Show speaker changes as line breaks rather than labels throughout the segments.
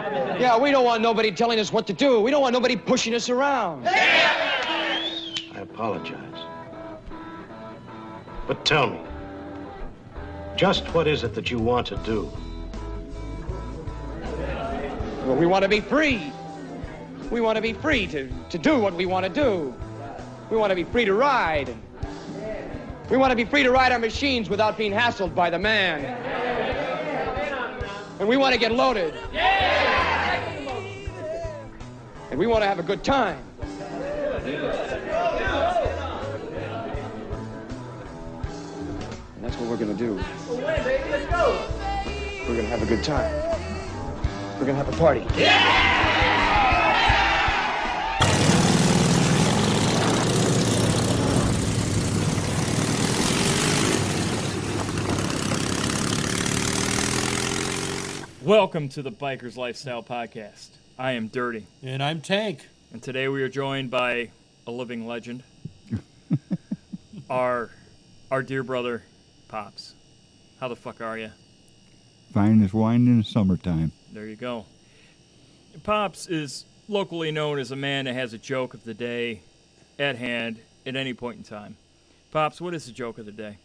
Yeah, we don't want nobody telling us what to do. We don't want nobody pushing us around.
I apologize. But tell me, just what is it that you want to do?
Well, we want to be free. We want to be free to, to do what we want to do. We want to be free to ride. We want to be free to ride our machines without being hassled by the man. And we want to get loaded. And we want to have a good time. And that's what we're going to do. We're going to have a good time. We're going to have a party.
Welcome to the Biker's Lifestyle Podcast. I am Dirty,
And I'm Tank.
and today we are joined by a living legend, our our dear brother, Pops. How the fuck are you?
Fine as wine in the summertime.
There you go. Pops is locally known as a man that has a joke of the day at hand at any point in time. Pops, what is the joke of the day?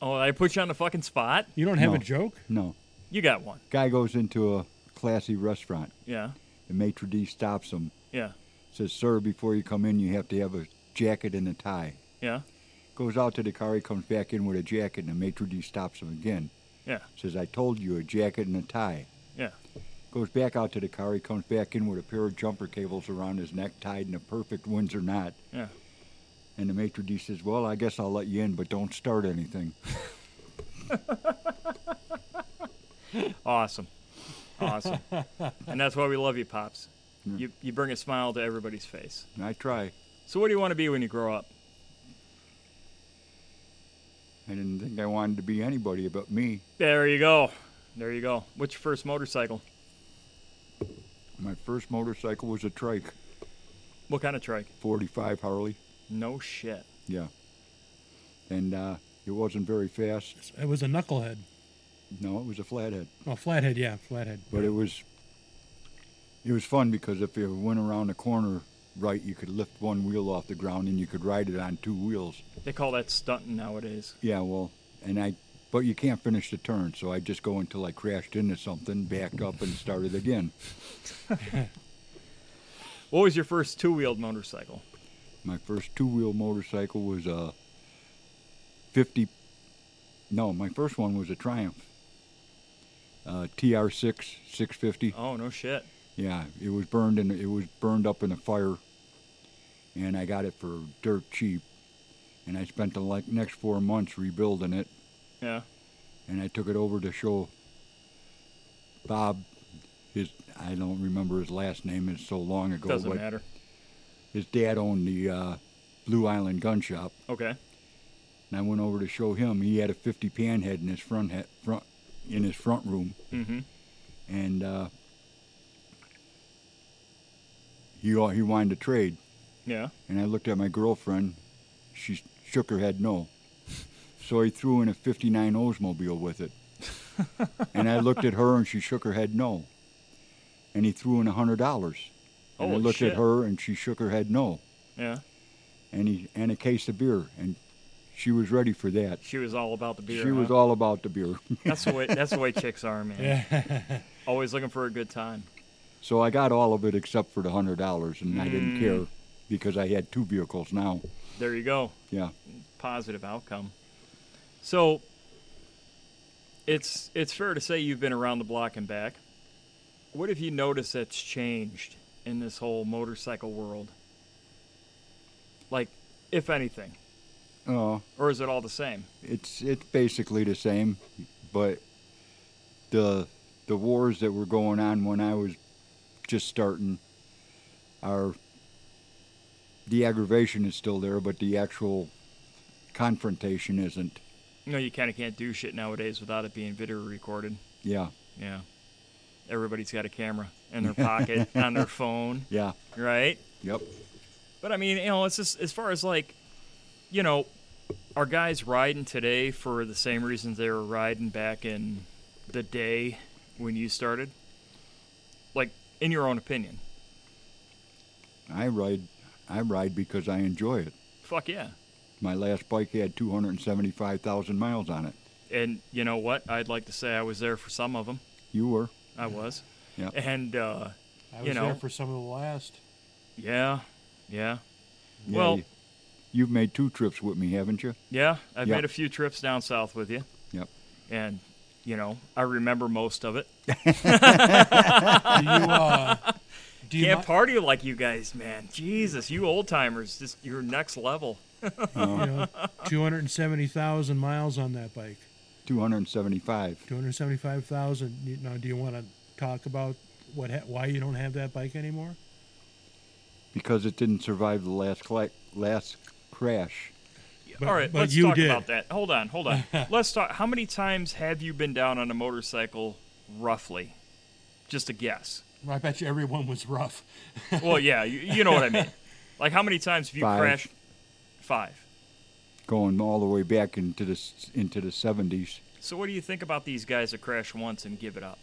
Oh, I put you on the fucking spot.
You don't have
No.
a joke?
No.
You got one.
Guy goes into a classy restaurant.
Yeah.
The maitre d' stops him.
Yeah.
Says, sir, before you come in, you have to have a jacket and a tie.
Yeah.
Goes out to the car. He comes back in with a jacket, and the maitre d' stops him again.
Yeah.
Says, I told you, a jacket and a tie.
Yeah.
Goes back out to the car. He comes back in with a pair of jumper cables around his neck, tied in a perfect Windsor knot.
Yeah.
And the maitre d' says, well, I guess I'll let you in, but don't start anything.
Awesome. Awesome. and that's why we love you, Pops. You, you bring a smile to everybody's face.
And I try.
So, what do you want to be when you grow up?
I didn't think I wanted to be anybody but me.
There you go. There you go. What's your first motorcycle?
My first motorcycle was a trike,
What kind of trike?
45 Harley.
No shit.
Yeah. And uh, it wasn't very fast.
It was a knucklehead.
No, it was a flathead.
Well, flathead, yeah, flathead.
But it was it was fun because if you went around the corner right, you could lift one wheel off the ground and you could ride it on two wheels.
They call that stunting nowadays.
Yeah, well, and I but you can't finish the turn, so I just go until I crashed into something, backed up and started again.
What was your first two wheeled motorcycle?
My first two-wheel motorcycle was a 50. No, my first one was a Triumph. Uh, TR6 650.
Oh, no shit.
Yeah, it was burned in. It was burned up in a fire, and I got it for dirt cheap. And I spent the like next four months rebuilding it,
Yeah.
and I took it over to show Bob. His I don't remember his last name. It's so long ago.
Doesn't
but
matter.
His dad owned the uh, Blue Island Gun Shop.
Okay.
and I went over to show him. He had a 50 pan head in his front head, front in his front room,
Mm-hmm.
and uh, he wa- he wanted to trade.
Yeah.
And I looked at my girlfriend. She shook her head no. So he threw in a 59 Oldsmobile with it. and I looked at her and she shook her head no. And he threw in a $100. And I
Holy
looked
shit.
at her and she shook her head no.
Yeah.
And he and a case of beer and she was ready for that.
She was all about the beer.
she was
huh?
all about the beer.
That's the way. That's the way chicks are, man.
Yeah.
Always looking for a good time.
So I got all of it except for the hundred dollars, and I didn't care because I had two vehicles now.
There you go.
Yeah,
positive outcome. So it's it's fair to say you've been around the block and back. What have you noticed that's changed in this whole motorcycle world? Like, if anything,
uh,
or is it all the same?
it's it's basically the same, but the the wars that were going on when I was just starting are the aggravation is still there, but the actual confrontation isn't.
You know, you kind of can't do shit nowadays without it being video recorded.
Yeah,
Yeah, everybody's got a camera in their pocket on their phone,
yeah,
right?
yep,
But I mean, you know, it's just as far as like, you know, are guys riding today for the same reasons they were riding back in the day? when you started? Like, in your own opinion?
I ride, I ride because I enjoy it.
Fuck yeah.
My last bike had 275,000 miles on it.
And you know what? I'd like to say I was there for some of them.
You were.
I was.
Yeah.
And, uh,
I
You
was
know.
there for some of the last.
yeah, yeah,
Yeah,
Well-
you, you've made two trips with me, haven't you?
yeah. I've
Yeah.
made a few trips down south with you.
Yep.
And, you know, I remember most of it.
Do you, uh, do you
Can't
mi-
party like you guys, man. Jesus, you old timers, just you're next level.
you know, 270,000 miles on that bike.
275.
275,000. You- Now, do you want to talk about what ha- why you don't have that bike anymore?
Because it didn't survive the last cla- last crash.
But-
All right,
but
let's
you
talk
did.
about that. Hold on, hold on. let's talk. How many times have you been down on a motorcycle, roughly? Just a guess.
I bet you everyone was rough.
Well, yeah, you, you know what I mean. Like, how many times have you
Five.
crashed? Five.
going all the way back into the s- into the 70s.
So, what do you think about these guys that crash once and give it up?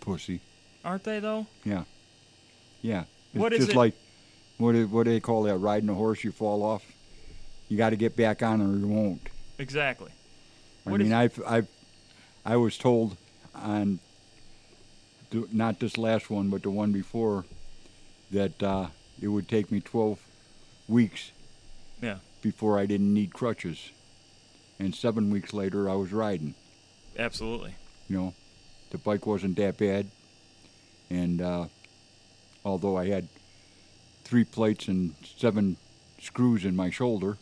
Pussy.
Aren't they though?
Yeah. Yeah. It's
What is
just
it-
like what do, what do they call that? Riding a horse, you fall off. You got to get back on, or you won't.
Exactly.
I
What
mean,
if-
I've, I've, I was told on th- not this last one, but the one before, that uh, it would take me 12 weeks
Yeah.
before I didn't need crutches, and seven weeks later I was riding.
Absolutely.
You know, the bike wasn't that bad, and uh, although I had three plates and seven screws in my shoulder,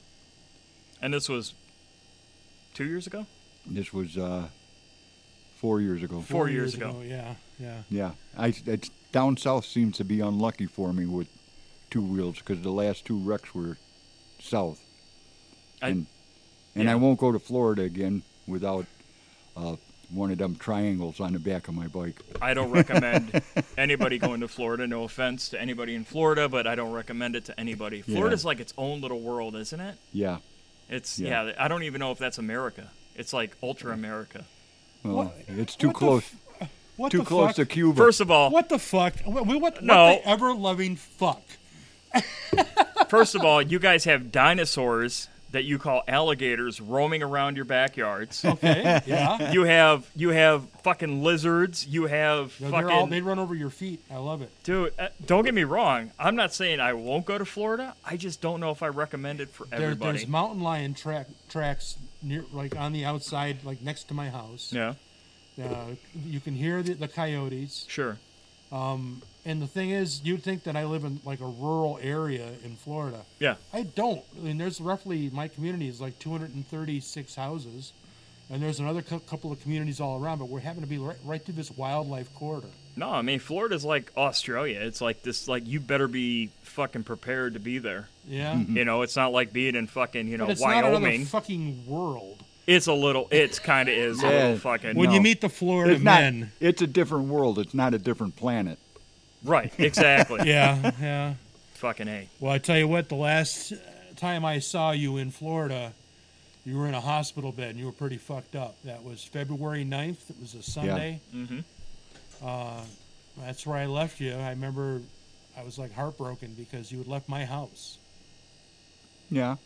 And this was two years ago.
this was uh, four years ago.
Four years ago.
Yeah, yeah.
Yeah, I it's, down south seems to be unlucky for me with two wheels because the last two wrecks were south,
I,
and and
yeah.
I won't go to Florida again without uh, one of them triangles on the back of my bike.
I don't recommend anybody going to Florida. No offense to anybody in Florida, but I don't recommend it to anybody.
Yeah.
Florida's like its own little world, isn't it?
Yeah,
It's yeah.
Yeah.
I don't even know if that's America. It's like ultra America.
well,
What-
it's too
what the
close,
What
too
the
close
fuck?
to Cuba.
First of all,
What the fuck? What, what, what
No.
the ever loving fuck?
first of all, you guys have dinosaurs that you call alligators roaming around your backyards.
Okay, yeah.
You have you have fucking lizards. You have
No,
fucking
they're all, they run over your feet. I love it.
dude. Uh, don't get me wrong. I'm not saying I won't go to Florida. I just don't know if I recommend it for
There,
everybody.
there's mountain lion track tracks near, like on the outside, like next to my house.
yeah,
Uh, you can hear the, the coyotes.
sure.
And the thing is, you'd think that I live in like a rural area in Florida.
Yeah,
I don't. I mean, there's roughly my community is like 236 houses, and there's another cou- couple of communities all around. But we happen to be right, right through this wildlife corridor.
No, I mean Florida's like Australia. It's like this like you better be fucking prepared to be there.
Yeah,
You know, it's not like being in fucking, you know,
Hmm. but it's not another
Mm-hmm. Wyoming.
fucking world.
it's a little it's kind of is a
Yeah.
little fucking
When you No.
meet the Florida
it's not. It's a different world. It's not a different planet.
Right, exactly.
yeah, yeah.
Fucking A.
Well, I tell you what, the last time I saw you in Florida, you were in a hospital bed and you were pretty fucked up. That was February 9th. It was a Sunday.
Mhm.
Uh, that's where I left you. I remember I was like heartbroken because you had left my house.
Yeah,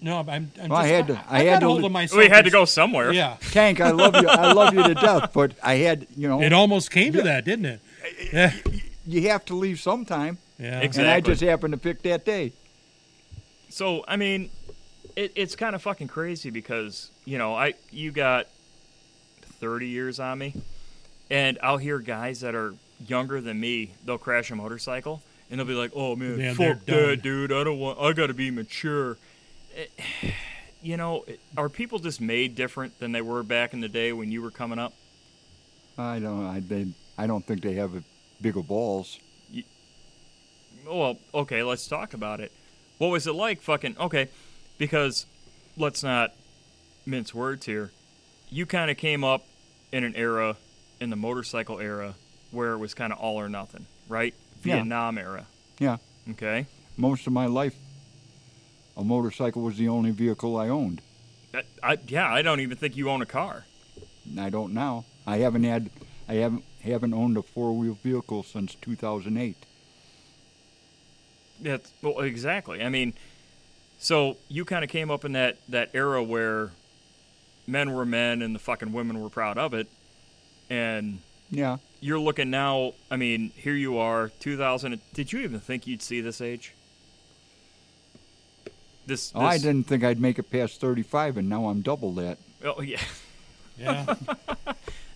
No, I'm, I'm just
Well, I had to-
I'm
I had
not
to
holding
li-
myself.
We had to
in-
go somewhere.
Yeah.
Tank, I love you. I love you to death, but I had you know
It almost came to that, didn't it? Yeah.
you have to leave sometime,
Yeah.
Ex-
and I
Exactly.
just happened to pick that day.
So, I mean, it, it's kind of fucking crazy because, you know, I you got 30 years on me and I'll hear guys that are younger than me, they'll crash a motorcycle and they'll be like, "Oh man,
Man, they're
fuck
done.
that, dude. I don't want I got to be mature." Eh, you know, are people just made different than they were back in the day when you were coming up?
I don't. I they, I don't think they have a bigger balls.
Well, okay, let's talk about it. What was it like fucking okay, because let's not mince words here. You kind of came up in an era in the motorcycle era where it was kind of all or nothing, right?
Yeah.
Vietnam era.
Yeah,
Okay?
most of my life, a motorcycle was the only vehicle I owned.
That, I, yeah, I don't even think you own a car.
And I don't now. I haven't had. I haven't haven't owned a four wheel vehicle since 2008.
That's well, exactly. I mean, so you kind of came up in that that era where men were men and the fucking women were proud of it, and
Yeah,
you're looking now. I mean, here you are, 2000. Did you even think you'd see this age? This,
Oh, I
this-
didn't think I'd make it past 35, and now I'm double that.
Oh yeah,
Yeah.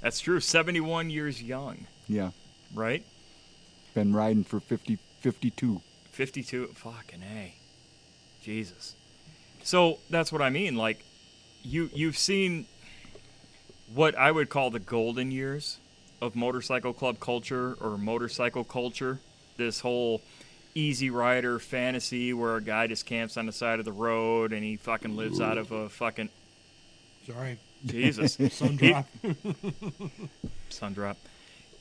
that's true. 71 years young,
Yeah,
right?
been riding for 50, 52.
52 fucking a jesus so that's what i mean like you you've seen what i would call the golden years of motorcycle club culture or motorcycle culture this whole easy rider fantasy where a guy just camps on the side of the road and he fucking lives out of a fucking
Sorry.
jesus
Sun
He-
drop.
sun drop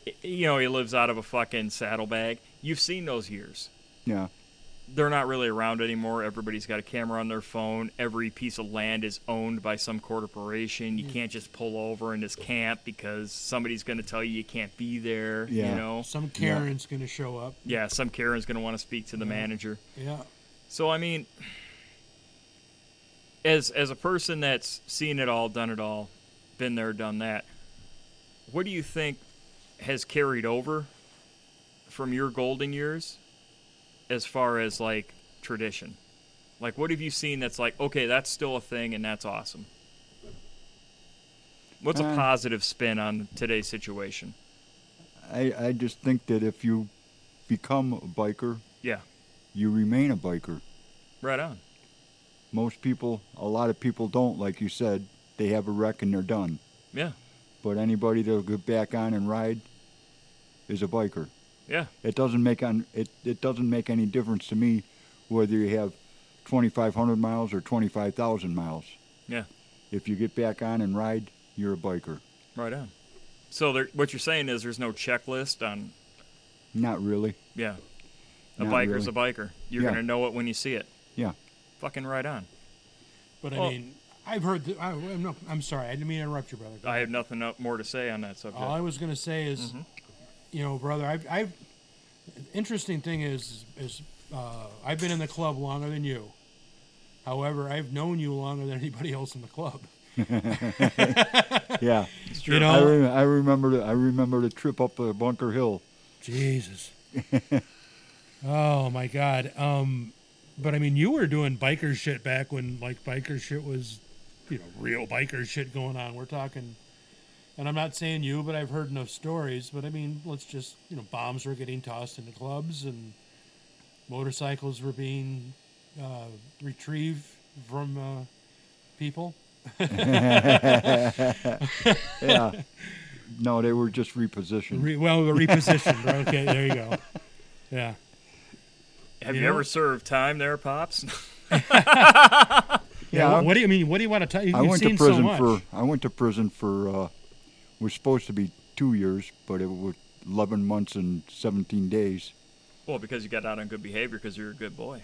I- you know he lives out of a fucking saddlebag you've seen those years
Yeah,
they're not really around anymore. Everybody's got a camera on their phone. Every piece of land is owned by some corporation. You can't just pull over and just camp because somebody's going to tell you you can't be there. You
Yeah.
know,
Some Karen's gonna show up.
yeah, some Karen's going to want to speak to the manager.
Yeah.
So I mean, as as a person that's seen it all, done it all, been there, done that, what do you think has carried over from your golden years as far as like tradition? Like what have you seen that's like, okay, that's still a thing and that's awesome? What's a
Uh,
positive spin on today's situation?
I, I just think that if you become a biker,
Yeah.
you remain a biker.
Right on.
Most people, a lot of people don't, like you said, they have a wreck and they're done.
Yeah.
But anybody that'll get back on and ride is a biker.
Yeah.
It doesn't make on it, it doesn't make any difference to me whether you have 2,500 miles or 25,000 miles.
Yeah.
If you get back on and ride, you're a biker.
Right on. So there, what you're saying is there's no checklist on
Not really.
Yeah. A
Not
biker's
really.
a biker. You're
Yeah.
gonna know it when you see it.
Yeah.
Fucking right on.
But I
Well-
mean, I've heard. Th- I, I'm, no, I'm sorry. I didn't mean to interrupt you, brother.
I have nothing up- more to say on that subject.
All I was gonna say is, you know, brother, I've, I've. Interesting thing is, is uh, I've been in the club longer than you. However, I've known you longer than anybody else in the club.
Yeah.
You
I,
know,
re- I remember the, I remember the trip up uh, Bunker Hill.
Jesus. oh my God. Um, but I mean, you were doing biker shit back when, like, biker shit was, you know, real biker shit going on. We're talking, and I'm not saying you, but I've heard enough stories. But I mean, let's just, you know, bombs were getting tossed into clubs and motorcycles were being uh, retrieved from uh, people.
Yeah. no, they were just repositioned.
Re- well, repositioned. right? okay, there you go. Yeah.
have
you
you,
know-
ever served time there, pops?
yeah.
What do you I mean? What do you want to tell? You've
I went to
seen so
prison
much.
for I went to prison for uh, was supposed to be two years, but it was eleven months and seventeen days.
well, because you got out on good behavior because you're a good boy.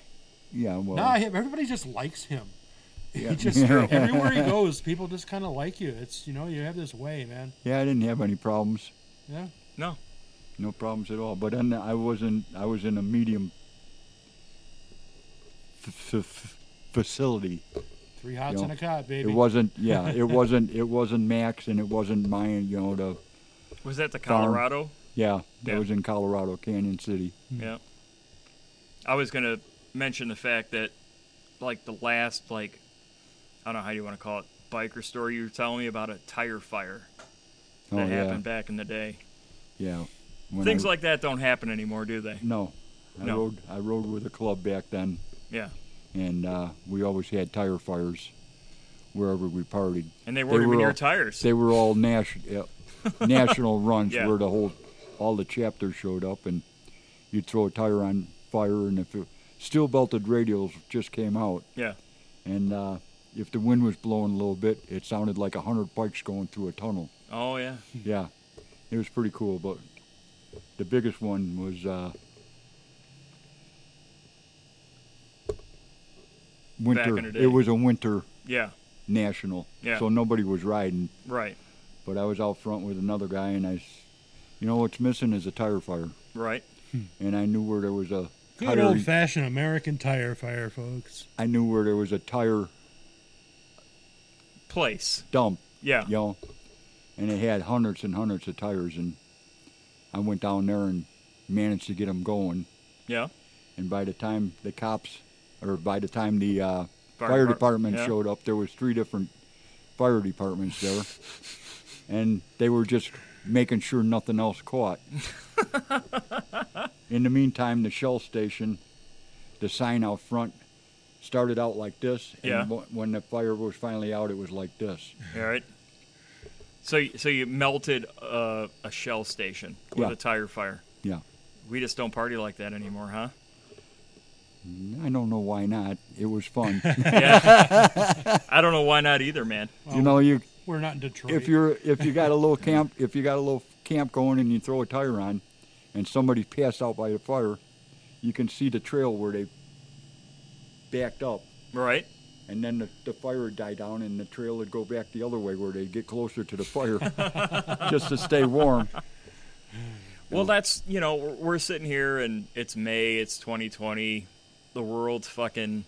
Yeah, well,
No, him- everybody just likes him.
yeah.
He just everywhere he goes, people just kind of like you. It's you know you have this way, man.
yeah, I didn't have any problems,
Yeah,
No.
no problems at all. But then I wasn't I was in a medium f- f- facility.
three hots
Yeah.
and a cot,
It
baby.
wasn't yeah, it wasn't it wasn't Max and it wasn't mine. You know the
Was that the
Farm.
Colorado?
yeah that
Yeah.
was in Colorado Canyon City.
Yeah. I was gonna mention the fact that, like the last like, I don't know how you want to call it, biker story you were telling me about a tire fire
Oh
that
yeah,
happened back in the day.
yeah. When
Things
I-
like that don't happen anymore, do they?
no, I
No.
rode I rode with a club back then.
Yeah.
and uh, we always had tire fires wherever we partied.
And they weren't even
were
your
all-
tires.
They were all national national runs
Yeah.
where the whole all the chapters showed up, and you'd throw a tire on fire, and if it, steel belted radials just came out,
yeah.
and uh, if the wind was blowing a little bit, it sounded like a hundred bikes going through a tunnel.
Oh yeah.
Yeah, it was pretty cool. But the biggest one was uh, winter.
in the day.
It was a winter
Yeah.
national,
Yeah.
so nobody was riding.
Right.
But I was out front with another guy, and I s- You know what's missing is a tire fire,
right?
and I knew where there was a
Good
tire.
old fashioned American tire fire, folks.
I knew where there was a tire
Place.
dump,
Yeah.
you know, and it had hundreds and hundreds of tires, and I went down there and managed to get them going.
Yeah.
And by the time the cops, or by the time the uh,
Fire
fire,
depart-
department
yeah.
showed up, there was three different fire departments there, and they were just making sure nothing else caught. In the meantime, the Shell station, the sign out front, started out like this, and
Yeah.
wh- when the fire was finally out, it was like this.
All right. So y- so you melted uh, a shell station with
Yeah.
a tire fire.
Yeah,
We just don't party like that anymore, huh?
I don't know why not. It was fun.
Yeah. I don't know why not either, man.
you know, you
We're not in Detroit.
if you're if you got a little camp if you got a little camp going and you throw a tire on and somebody passed out by the fire you can see the trail where they backed up
Right?
and then the, the fire would die down and the trail would go back the other way where they'd get closer to the fire just to stay warm
Well, that's you know we're, we're sitting here and it's May, it's 2020, the world's fucking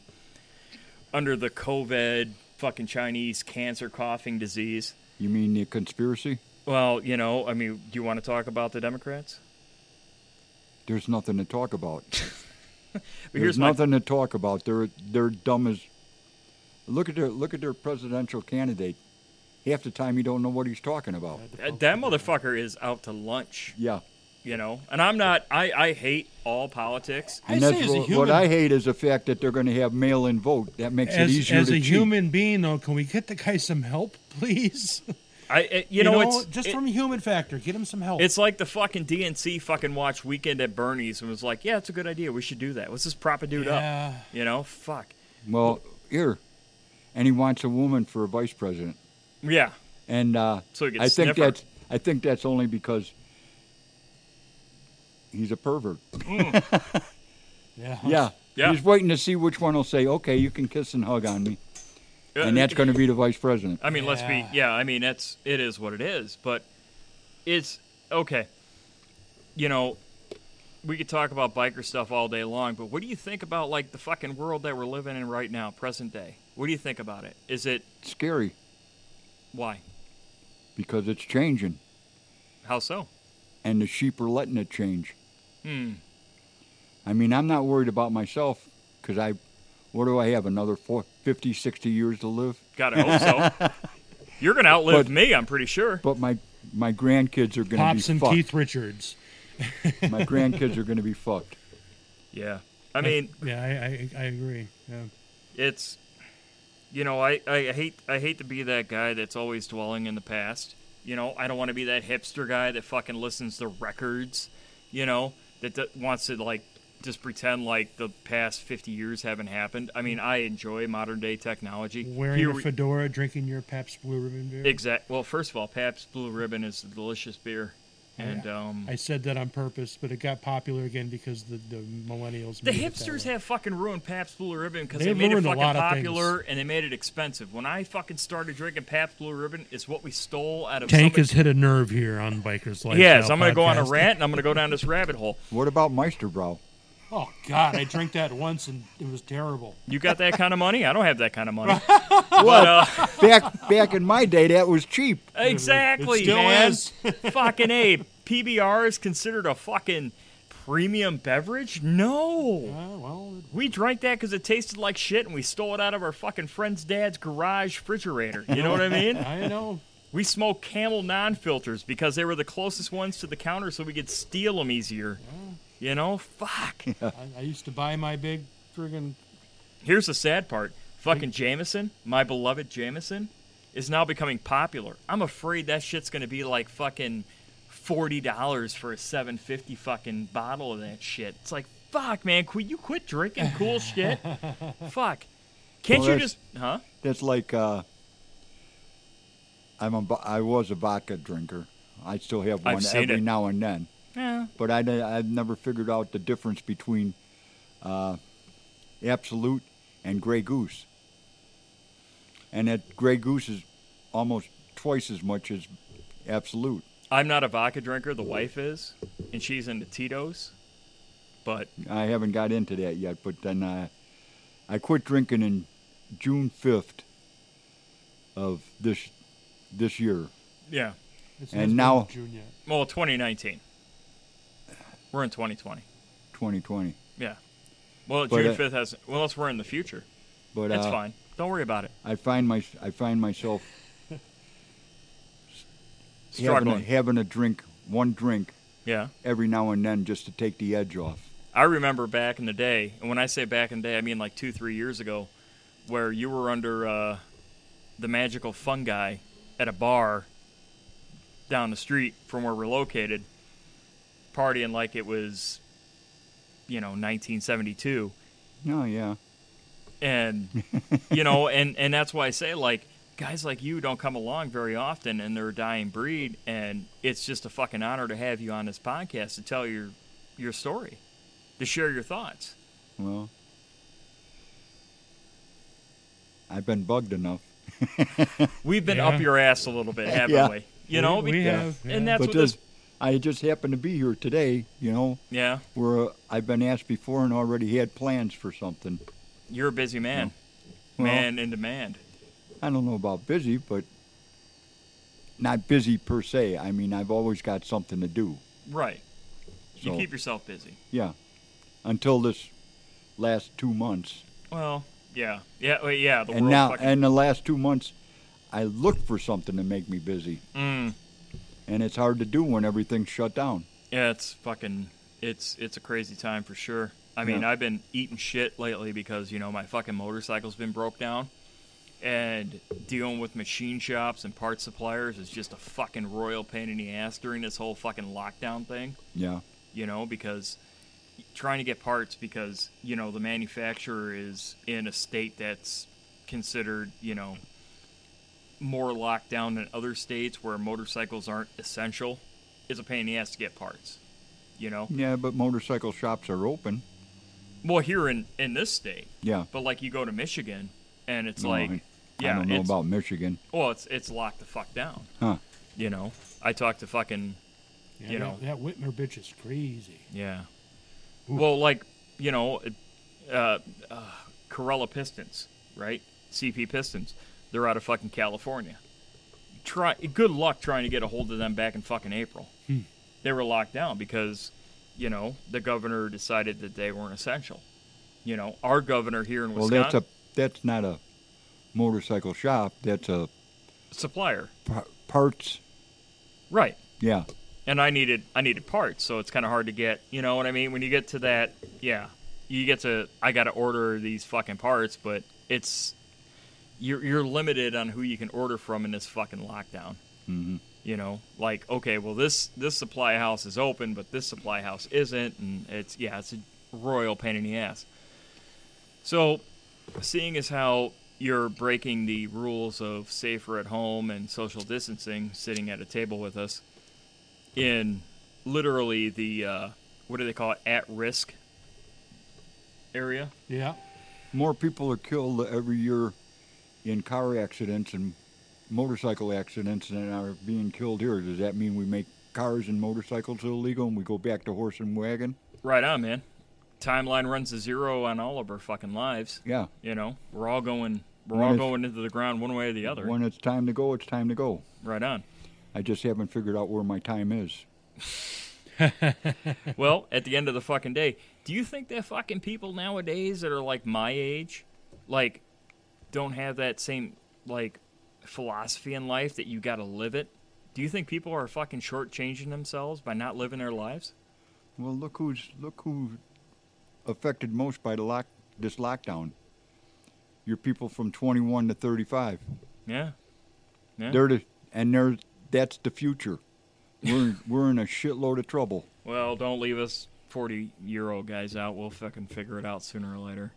under the COVID fucking Chinese cancer coughing disease.
you mean the conspiracy
Well, you know, I mean, do you want to talk about the Democrats?
there's nothing to talk about
But
there's
my-
nothing to talk about they're they're dumb as look at their look at their presidential candidate half the time you don't know what he's talking about
Uh, that motherfucker is out to lunch,
yeah
you know. And I'm not. I I hate all politics.
And
I say
that's
as a
what,
human-
what I hate is the fact that they're going to have mail-in vote. That makes it
as,
easier
as
to
a
cheat.
human being, though, can we get the guy some help, please?
I uh, you, know, it's
just
it-
from a human factor, get him some help.
It's like the fucking DNC fucking watch weekend at Bernie's and was like, yeah, it's a good idea. We should do that. Let's just prop a dude
Yeah.
up. You know, fuck.
Well, here, and he wants a woman for a vice president,
Yeah.
and uh,
So he can
I think
sniff her.
that's I think that's only because he's a pervert.
yeah.
Yeah,
Yeah.
He's waiting to see which one will say, "Okay, you can kiss and hug on me," and that's going to be the vice president.
I mean, let's be.
Yeah.
Yeah, I mean, that's it is what it is. But it's okay. You know, we could talk about biker stuff all day long, but what do you think about like the fucking world that we're living in right now, present day? What do you think about it? Is it
It's scary
why?
because it's changing,
How so?
and the sheep are letting it change.
Hmm.
I mean, I'm not worried about myself because I, what do I have, another four, 50, 60 years to live?
Gotta hope so. You're gonna outlive
But-
me, I'm pretty sure.
But my, my grandkids are going to be
Pops and
fucked.
Keith Richards.
My grandkids are going to be fucked.
Yeah. I mean,
Yeah, I, I, I agree. Yeah.
it's you know I, I hate I hate to be that guy that's always dwelling in the past. You know I don't want to be that hipster guy that fucking listens to records. You know that d- wants to like just pretend like the past 50 years haven't happened. I mean I enjoy modern day technology.
Wearing
Here
a
we-
fedora, drinking your Pabst Blue Ribbon beer.
exact. Well, first of all, Pabst Blue Ribbon is a delicious beer, and um,
I said that on purpose, but it got popular again because the, the millennials.
The
made it that
hipsters
way.
have fucking ruined Pabst Blue Ribbon because
They've
they made it
ruined a
fucking
lot of
popular and they made it expensive. When I fucking started drinking Pabst Blue Ribbon, it's what we stole out of.
Tank
somebody-
has hit a nerve here on Biker's Life.
Yes, I'm gonna go on a rant and I'm gonna go down this rabbit hole.
What about Meisterbrow?
Oh God, I drank that once and it was terrible.
You got that kind of money? I don't have that kind of money. uh,
Well, back back in my day, that was cheap.
exactly,
It still
man.
is.
fucking a PBR is considered a fucking premium beverage? No.
Uh, well,
We drank that because it tasted like shit, and we stole it out of our fucking friend's dad's garage refrigerator. You know what I mean?
I know.
We smoked Camel non-filters because they were the closest ones to the counter, so we could steal them easier. You know, fuck.
I, I used to buy my big friggin'
Here's the sad part: fucking Jameson, my beloved Jameson, is now becoming popular. I'm afraid that shit's gonna be like fucking forty dollars for a seven fifty fucking bottle of that shit. It's like, fuck, man, could you quit drinking cool shit? fuck. Can't
Well,
you
that's-
just, huh?
That's like uh, I'm a vo- I was a vodka drinker. I still have
I've
one
seen
every
it.
now and then,
Yeah.
but I ne- I've never figured out the difference between uh, Absolute and Grey Goose. And that Grey Goose is almost twice as much as Absolute.
I'm not a vodka drinker. The wife is, and she's into Tito's. But
I haven't got into that yet, but then I, I quit drinking in June 5th of this this year.
yeah,
It's
And
not
now-
June yet.
well, 2019. We're in 2020.
2020.
Yeah. Well,
But,
June
uh,
5th has. Well, unless we're in the future,
But
it's
uh,
fine. Don't worry about it.
I find my I find myself having a,
Struggling.
having a drink, one drink
Yeah.
every now and then just to take the edge off.
I remember back in the day, and when I say back in the day, I mean like two, three years ago, where you were under uh, the magical fungi at a bar down the street from where we're located, partying like it was, you know, 1972
Oh yeah,
and you know and and that's why i say like guys like you don't come along very often and they're a dying breed and it's just a fucking honor to have you on this podcast to tell your your story to share your thoughts
well, I've been bugged enough.
we've been
Yeah.
up your ass a little bit haven't
Yeah.
we you know
we,
be-
we have, yeah.
and that's
but
what
this,
this
I just happened to be here today, you know,
yeah
where uh, I've been asked before and already had plans for something.
you're a busy man
Well,
man in demand
I don't know about busy, but not busy per se. I mean, I've always got something to do.
right you
So-
keep yourself busy
Yeah, until this last two months,
well yeah yeah well, yeah the
and
world
now
fucking
and the last two months, I looked for something to make me busy,
Mm.
and it's hard to do when everything's shut down.
Yeah, it's fucking it's it's a crazy time for sure. I mean,
Yeah.
I've been eating shit lately because you know my fucking motorcycle's been broke down, and dealing with machine shops and part suppliers is just a fucking royal pain in the ass during this whole fucking lockdown thing.
Yeah,
You know, because trying to get parts because you know the manufacturer is in a state that's considered you know more locked down than other states where motorcycles aren't essential is a pain in the ass to get parts. You know,
yeah, but motorcycle shops are open.
well here in in this state,
Yeah,
but like you go to Michigan and it's
No,
like,
I-
yeah,
I don't know
it's,
about Michigan.
well it's it's locked the fuck down.
Huh.
You know, I talked to fucking
Yeah,
you
that,
know.
that Whitmer bitch is crazy.
Yeah. Well, like you know, uh, uh, Corella Pistons, right? CP Pistons. They're out of fucking California. Try good luck trying to get a hold of them back in fucking April.
Hmm.
They were locked down because you know the governor decided that they weren't essential. You know, our governor here in
Well,
Wisconsin,
that's a that's not a motorcycle shop. That's a
supplier,
par- parts.
right?
Yeah,
and I needed I needed parts, so it's kind of hard to get. You know what I mean? When you get to that, yeah, you get to I got to order these fucking parts, but it's you're you're limited on who you can order from in this fucking lockdown.
Mhm.
You know, like okay, well this this supply house is open, but this supply house isn't, and it's yeah, it's a royal pain in the ass. So, seeing as how you're breaking the rules of safer at home and social distancing, sitting at a table with us in literally the uh, what do they call it at risk area
Yeah.
more people are killed every year in car accidents and motorcycle accidents than are being killed here. Does that mean we make cars and motorcycles illegal and we go back to horse and wagon?
right on man timeline runs to zero on all of our fucking lives
Yeah.
you know we're all going we're
When
all
it's-
going into the ground one way or the other
When it's time to go, it's time to go.
right on
I just haven't figured out where my time is.
well at the end of the fucking day do you think that fucking people nowadays that are like my age like don't have that same like philosophy in life that you gotta live it do you think people are fucking shortchanging themselves by not living their lives
Well, look who's look who affected most by the lock this lockdown. Your people from 21 to 35.
yeah Yeah.
They're the, and they're that's the future. We're we're in a shitload of trouble.
Well, don't leave us 40 year old guys out. We'll fucking figure it out sooner or later.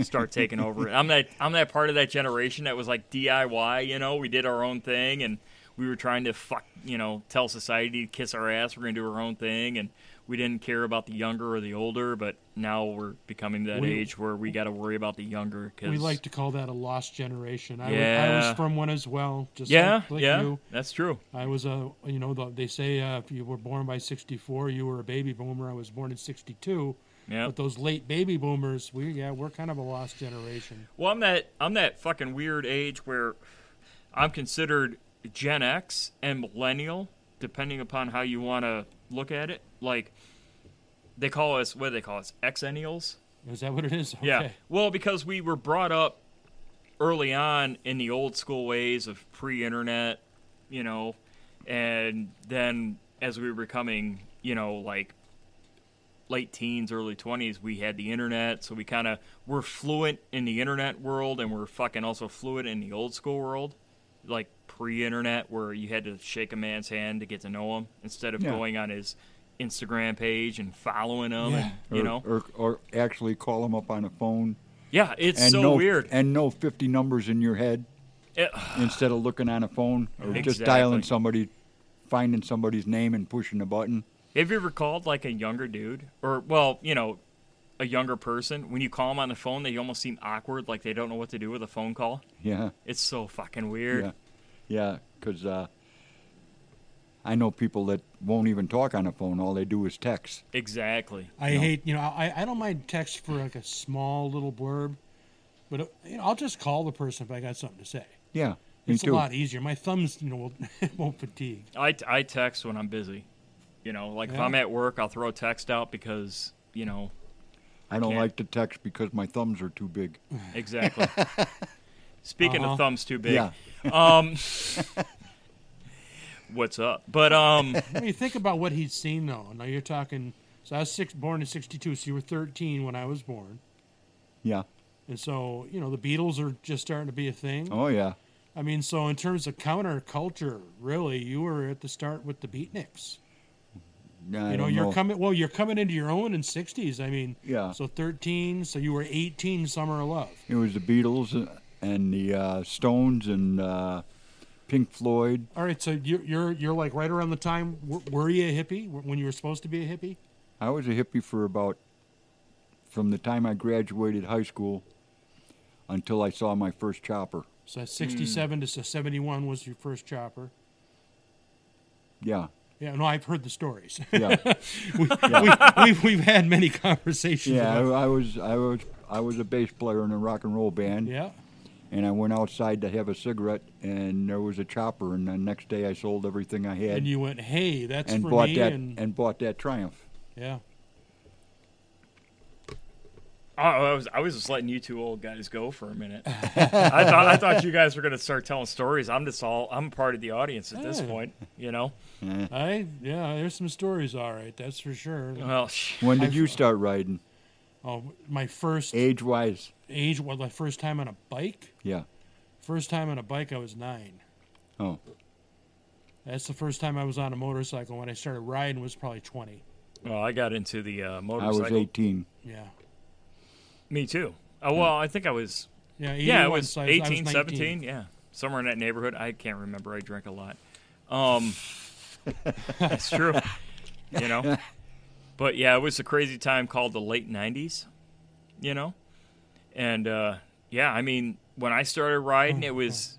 Start taking over. I'm that I'm that part of that generation that was like DIY, you know, we did our own thing and we were trying to fuck, you know, tell society to kiss our ass. We're going to do our own thing, and we didn't care about the younger or the older. But now we're becoming that
We-
age where we got to worry about the younger. Cause,
We like to call that a lost generation. I, was, I
Yeah.
was from one as well, just
yeah,
like, like
yeah,
you.
that's true.
I was a, you know, the, they say uh, if you were born by 64, you were a baby boomer. I was born in 62.
Yeah.
But those late baby boomers, we yeah, we're kind of a lost generation.
Well, I'm that I'm that fucking weird age where I'm considered Gen X and millennial, depending upon how you want to look at it. Like they call us what do they call us Xennials.
Is that what it is? Okay.
Yeah. Well, because we were brought up early on in the old school ways of pre-internet, you know, and then as we were becoming, you know, like late teens, early 20s, we had the internet, so we kind of were fluent in the internet world and we're fucking also fluent in the old school world, like pre-internet where you had to shake a man's hand to get to know him instead of
Yeah.
going on his Instagram page and following him,
Yeah.
and, you
or,
know.
or, or actually call them up on a phone.
Yeah, it's
and
so
know,
weird.
And know 50 numbers in your head
It-
instead of looking on a phone or just
Exactly.
dialing somebody, finding somebody's name and pushing a button.
Have you ever called like a younger dude or well, you know, a younger person when you call them on the phone, they almost seem awkward, like they don't know what to do with a phone call.
Yeah,
It's so fucking weird.
yeah, yeah. Because uh, I know people that won't even talk on a phone. All they do is text.
Exactly.
I hate, you know, I, I don't mind text for like a small little blurb, but uh, you know, I'll just call the person if I got something to say.
Yeah, me
it's
too.
a lot easier. My thumbs, you know, will, won't fatigue.
I, I text when I'm busy. You know, like if
Yeah.
I'm at work, I'll throw a text out because, you know,
I don't
Can't-
like to text because my thumbs are too big.
exactly. Speaking
Uh-huh.
of thumbs too big,
Yeah,
what's up? But um
I mean, think about what he's seen though. Now you're talking. So I was six, born in '62, so you were 13 when I was born,
yeah.
and so you know the Beatles are just starting to be a thing.
Oh yeah,
I mean, so in terms of counterculture, really, you were at the start with the Beatniks.
Nah, I
you know,
don't
you're coming. Well, you're coming into your own in '60s. I mean,
Yeah.
So 13, so you were 18, Summer of Love.
It was the Beatles and the uh, Stones and uh, Pink Floyd.
All right, so you're you're, you're like right around the time. Were, were you a hippie w- when you were supposed to be a hippie?
I was a hippie for about from the time I graduated high school until I saw my first chopper.
So that's
Hmm.
67 to so 71 was your first chopper.
Yeah,
Yeah, no, I've heard the stories.
yeah,
we, we, we've, we've had many conversations.
yeah. I,
about-
I was, I was, I was a bass player in a rock and roll band,
yeah.
and I went outside to have a cigarette, and there was a chopper, and the next day I sold everything I had
And you went, hey, that's
and
for
bought
me,
that
and,
bought that Triumph.
yeah.
I, I was I was just letting you two old guys go for a minute. I thought I thought you guys were gonna start telling stories. I'm just all I'm part of the audience at this
Yeah.
point, you know.
I yeah, there's some stories. All right, that's for sure.
Well, sh-
When did you start riding,
Oh, my first
age wise?
age was my first time on a bike.
Yeah.
First time on a bike, I was nine.
Oh,
That's the first time I was on a motorcycle. When I started riding, was probably twenty.
well, I got into the uh,
I was
motorcycle.
18.
Yeah,
Me too. Uh, well, I think I was.
yeah,
Yeah, I
81,
was
so I
18,
I 19.
17. Yeah, somewhere in that neighborhood. I can't remember. I drank a lot. Um, that's true. You know, but yeah, it was a crazy time called the late '90s. You know, and uh, yeah, I mean, when I started
Oh,
riding, it was.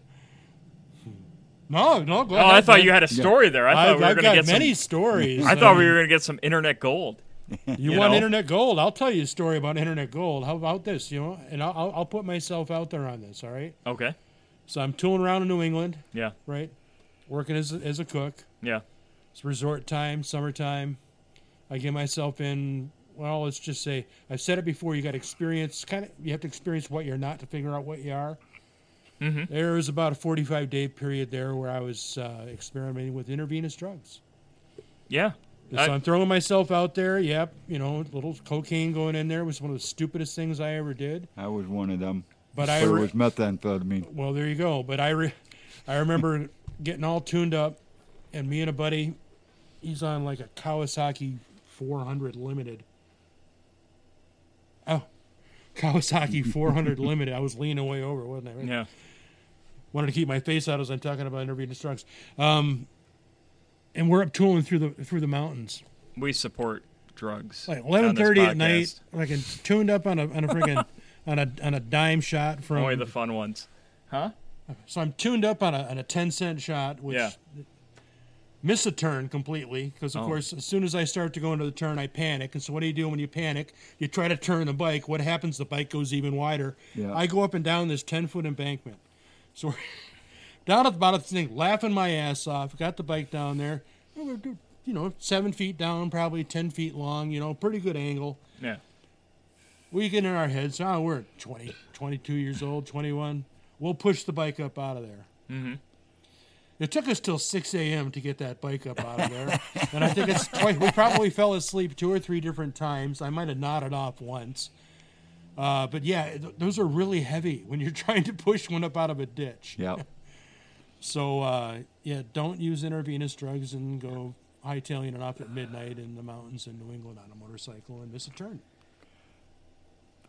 No, no. Go
Oh, I
ahead,
thought
man.
you had a story there. I thought
I've,
we were
I've
going to
got
get
many
some.
stories.
I thought we
Um,
were going to get some internet gold.
You,
you
want
know?
internet gold? I'll tell you a story about internet gold. How about this? You know, and I'll- I'll, I'll put myself out there on this. All right.
Okay.
So I'm tooling around in New England,
Yeah.
right? Working as a, as a cook.
Yeah.
It's resort time, summertime. I get myself in. Well, let's just say I've said it before. You got to experience. Kind of, you have to experience what you're not to figure out what you are. There was about a 45 day period there where I was uh, experimenting with intravenous drugs.
Yeah. I-
So I'm throwing myself out there. Yep, you know, a little cocaine going in there was one of the stupidest things I ever did.
I was one of them.
But
But
I
it
re-
was methamphetamine.
well, there you go. But I re- I remember getting all tuned up, and me and a buddy, he's on like a Kawasaki 400 Limited. Oh, Kawasaki 400 Limited. I was leaning way over, wasn't I?
yeah.
wanted to keep my face out as I'm talking about intervening trucks. Um, and we're up tooling through the through the mountains.
We support drugs.
Like
on this
eleven thirty at
podcast.
night, like and tuned up on a on a freaking on a on a dime shot from.
Only the fun ones. Huh?
so I'm tuned up on a on a ten cent shot, which
Yeah.
miss a turn completely because of course as soon as I start to go into the turn, I panic. And so what do you do when you panic? You try to turn the bike. What happens? The bike goes even wider.
Yeah.
I go up and down this ten foot embankment. So we're down at the bottom of the thing, laughing my ass off. Got the bike down there. You know, we're, you know, seven feet down, probably ten feet long. You know, pretty good angle
Yeah.
we get in our heads, oh, we're 20, 22 years old, 21. We'll push the bike up out of there. Mm-hmm. It took us till 6 a.m. to get that bike up out of there. and I think it's twice. We probably fell asleep two or three different times. I might have nodded off once. Uh, but yeah, th- those are really heavy when you're trying to push one up out of a ditch.
Yep.
So uh, yeah, don't use intervenous drugs and go hightailing it off at midnight in the mountains in New England on a motorcycle and miss a turn.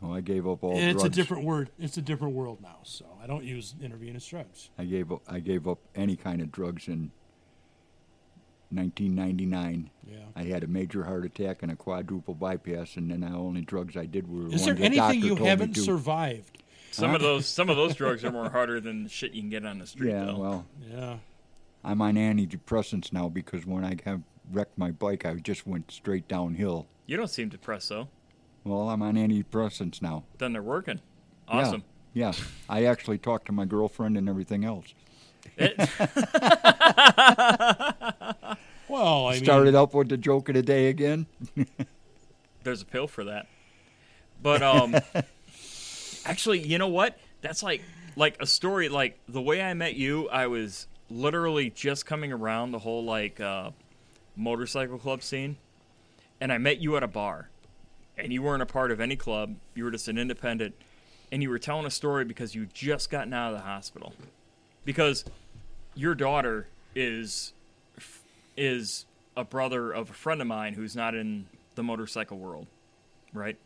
Well, Oh, I gave up all
And it's
drugs.
a different word. It's a different world now. So I don't use intravenous drugs.
I gave up. I gave up any kind of drugs in 1999.
Yeah.
I had a major heart attack and a quadruple bypass, and then the only drugs I did were.
Is
ones
there
the doctor
anything you
told me
haven't
to.
survived?
Some of those some of those drugs are more harder than the shit you can get on the street
Yeah,
though.
well,
Yeah.
I'm on antidepressants now because when I have wrecked my bike, I just went straight downhill.
you don't seem depressed though.
Well, I'm on antidepressants now.
Then they're working.
Yeah,
Awesome.
Yeah, I actually talked to my girlfriend and everything else.
It-
Well, I
Started
mean,
up with the joke of the day again.
there's a pill for that. But um actually, you know what? That's like like a story like the way I met you, I was literally just coming around the whole like uh motorcycle club scene and I met you at a bar. And you weren't a part of any club. You were just an independent and you were telling a story because you just gotten out of the hospital. Because your daughter is is a brother of a friend of mine who's not in the motorcycle world, right?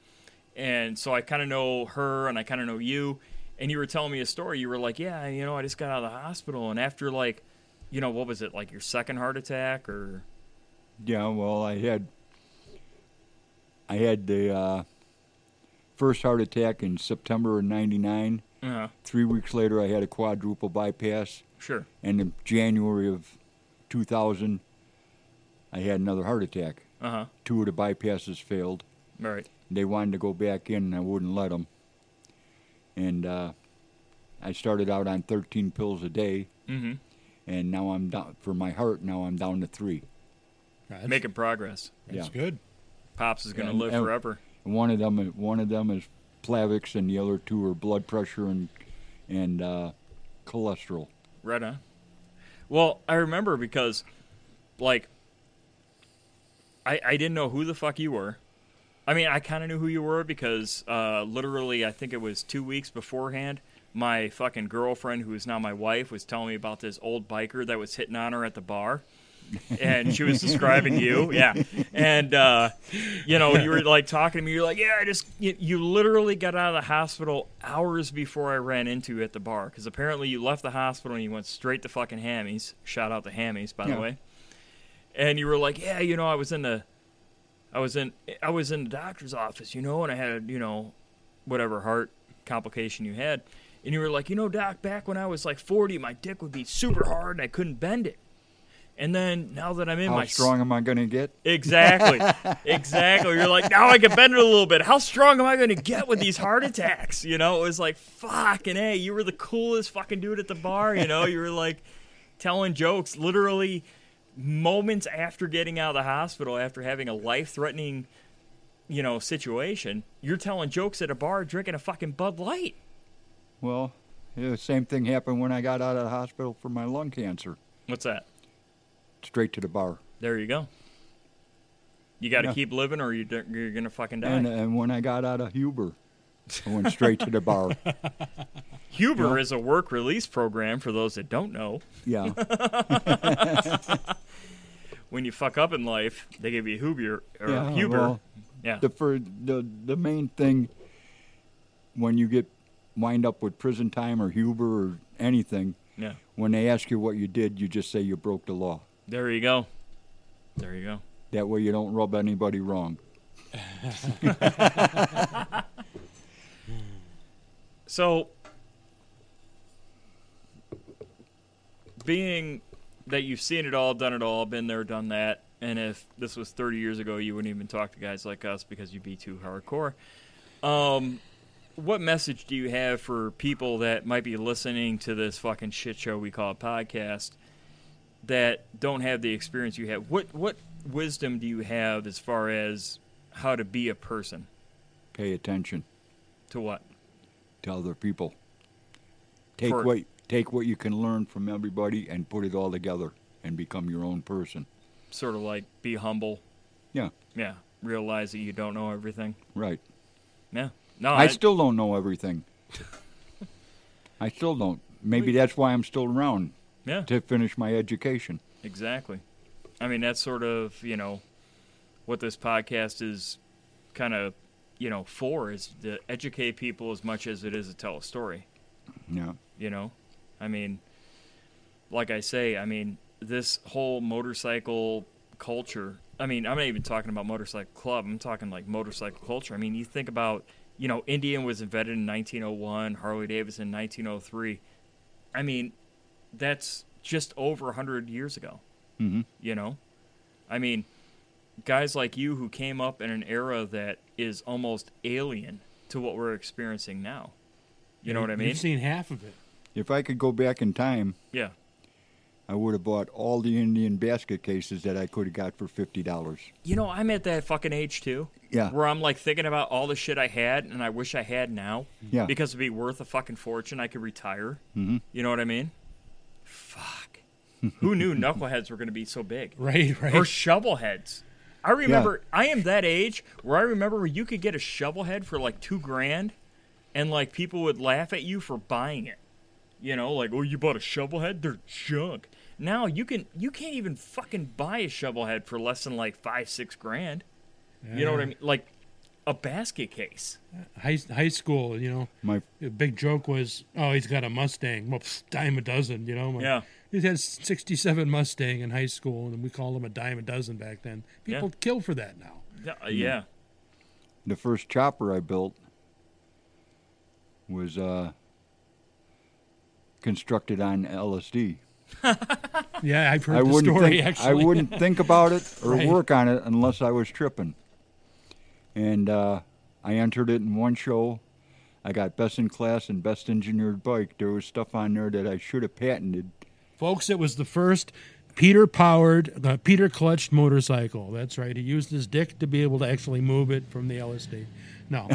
And so I kind of know her and I kind of know you. And you were telling me a story. You were like, "Yeah, you know, I just got out of the hospital, and after like, you know, what was it like your second heart attack or
Yeah, well, I had I had the uh, first heart attack in September of '99.
uh,
Three weeks later, I had a quadruple bypass,
sure,
and in January of 2000, I had another heart attack.
uh huh,
Two of the bypasses failed.
right,
They wanted to go back in, and I wouldn't let them. And uh, I started out on 13 pills a day,
mm-hmm,
and now I'm down for my heart. Now I'm down to three.
that's,
making progress.
that's
yeah.
good.
Pops is gonna
And-
live
and-
forever.
One of them, one of them is Plavix, and the other two are blood pressure and and uh, cholesterol.
Right on. Well, I remember because, like, I I didn't know who the fuck you were. I mean, I kind of knew who you were because uh, literally, I think it was two weeks beforehand. My fucking girlfriend, who is now my wife, was telling me about this old biker that was hitting on her at the bar, and she was describing you. Yeah, and uh, you know, you were like talking to me. You're like, yeah, I just you, you literally got out of the hospital hours before I ran into you at the bar because apparently you left the hospital and you went straight to fucking Hammy's. Shout out to Hammy's, by
Yeah.
the way. And you were like, yeah, you know, I was in the, I was in, I was in the doctor's office, you know, and I had, you know, whatever heart complication you had. And you were like, you know, doc, back when I was like 40, my dick would be super hard and I couldn't bend it. And then now that I'm in
How
my
strong am I going to get?
Exactly. exactly. You're like, now I can bend it a little bit. How strong am I going to get with these heart attacks? You know, it was like, fucking hey, you were the coolest fucking dude at the bar. You know, you were like telling jokes literally moments after getting out of the hospital, after having a life threatening, you know, situation. You're telling jokes at a bar drinking a fucking Bud Light.
Well, yeah, the same thing happened when I got out of the hospital for my lung cancer.
What's that?
Straight to the bar.
There you go. You got to
Yeah.
keep living or you're, you're going to fucking die.
And, uh, and when I got out of Huber, I went straight to the bar.
Huber is a work release program for those that don't know.
Yeah.
When you fuck up in life, they give you Huber or
Yeah,
Huber.
well,
yeah.
The, for, the, the main thing when you get wind up with prison time or Huber or anything,
Yeah.
When they ask you what you did, you just say you broke the law.
There you go. There you go.
That way you don't rub anybody wrong.
So, being that you've seen it all, done it all, been there, done that, and if this was 30 years ago, you wouldn't even talk to guys like us because you'd be too hardcore. Um, what message do you have for people that might be listening to this fucking shit show we call a podcast that don't have the experience you have? What what wisdom do you have as far as how to be a person?
Pay attention
To what?
to other people. Take
For-
what take what you can learn from everybody and put it all together and become your own person.
Sort of like be humble.
Yeah,
Yeah. Realize that you don't know everything.
right.
Yeah. No,
I
I-
still don't know everything. I still don't. Maybe that's why I'm still around
Yeah.
to finish my education.
Exactly. I mean, that's sort of, you know, what this podcast is kind of, you know, for is to educate people as much as it is to tell a story,
Yeah.
you know? I mean, like I say, I mean, this whole motorcycle culture, I mean, I'm not even talking about motorcycle club, I'm talking like motorcycle culture. I mean, you think about, you know, Indian was invented in 1901, Harley Davidson 1903. I mean, that's just over 100 years ago
Mm-hmm.
hmm
you know i mean guys like you who came up in an era that is almost alien to what we're experiencing now you know what i mean
You've seen half of it.
If I could go back in time,
yeah
I would have bought all the Indian basket cases that I could have got for fifty dollars.
you know i'm at that fucking age too
Yeah.
where i'm like thinking about all the shit i had and i wish i had now
Yeah.
because it'd be worth a fucking fortune i could retire mm-hmm. you know what i mean fuck who knew knuckleheads were going to be so big
Right, right.
or shovel heads. I remember I am that age where I remember where you could get a shovel head for like two grand and like people would laugh at you for buying it. You know, like, oh you bought a shovel head? They're junk. Now you can you can't even fucking buy a shovel head for less than like five, six grand. You know what I mean? Like a basket case.
high, high school, you know,
My
the big joke was, oh, he's got a Mustang. Well, pfft, dime a dozen, you know. my-
Yeah.
He had 67 Mustang in high school, and we called him a dime a dozen back then.
Yeah.
People kill for that now.
Yeah, uh,
Mm.
yeah.
the first chopper I built was uh, constructed on LSD.
Yeah, I've heard
I
the
wouldn't
story,
think,
actually.
I wouldn't think about it or
Right.
work on it unless I was tripping. And uh, I entered it in one show. I got best in class and best engineered bike. There was stuff on there that I should have patented.
Folks, it was the first Peter powered, uh, Peter clutched motorcycle. That's right. He used his dick to be able to actually move it from the LSD. No.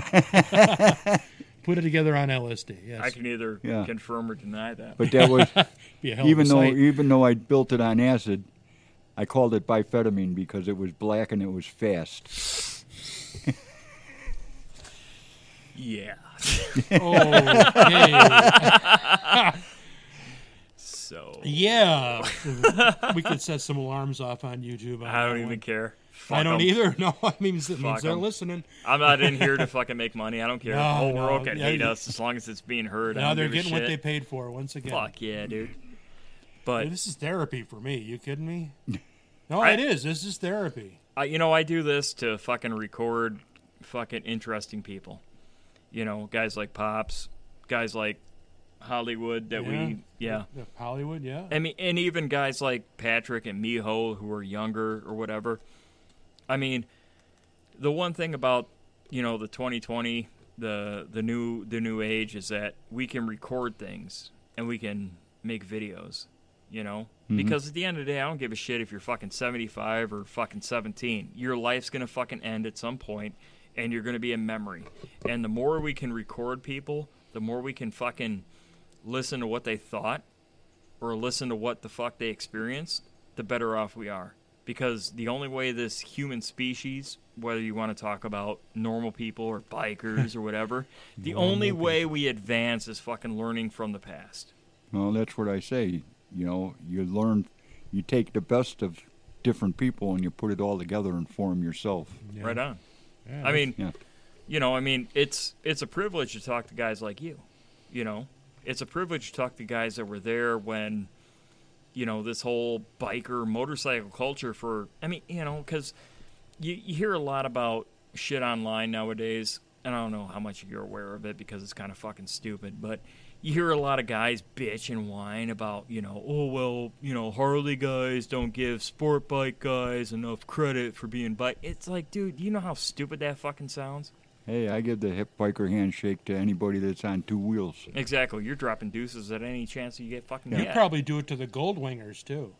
Put it together on LSD. Yes.
I can either
Yeah.
confirm or deny that.
But that was
Be a hell of a
even though
sight.
even though I built it on acid, I called it bifetamine because it was black and it was fast.
yeah.
Okay.
So
yeah. we could set some alarms off on YouTube. on
I don't
that
even
one.
care.
I
Fuck
don't
'em.
either. No, I mean, it means
Fuck
they're
'em.
listening.
I'm not in here to fucking make money. I don't care. Oh, the
No,
whole
no,
world can
yeah,
hate
you-
us as long as it's being heard. I
Now
don't
they're
give a
getting what they
shit.
paid for once again.
Fuck yeah, dude. But
This is therapy for me. You kidding me? No, it is. This is therapy.
I, you know, I do this to fucking record fucking interesting people. You know, guys like Pops, guys like Hollywood that
Yeah.
we yeah.
Yeah, Hollywood, yeah.
I mean, and even guys like Patrick and Miho who are younger or whatever. I mean, the one thing about you know the 2020, the the new the new age is that we can record things and we can make videos. You know, because at the end of the day, I don't give a shit if you're fucking 75 or fucking 17. Your life's gonna fucking end at some point, and you're gonna be a memory. And the more we can record people, the more we can fucking listen to what they thought or listen to what the fuck they experienced, the better off we are. Because the only way this human species, whether you want to talk about normal people or bikers or whatever, the only way we advance is fucking learning from the past.
Well, that's what I say. You know, you learn, you take the best of different people and you put it all together and form yourself.
Right on.
Yeah,
I mean,
Yeah.
you know, I mean, it's it's a privilege to talk to guys like you, you know, it's a privilege to talk to guys that were there when you know this whole biker motorcycle culture for i mean you know because you, you hear a lot about shit online nowadays and i don't know how much you're aware of it because it's kind of fucking stupid but you hear a lot of guys bitch and whine about you know oh well you know harley guys don't give sport bike guys enough credit for being bike it's like dude you know how stupid that fucking sounds
Hey, I give the hip biker handshake to anybody that's on two wheels.
exactly you're dropping deuces at any chance you get fucking
You
get.
probably do it to the gold wingers too.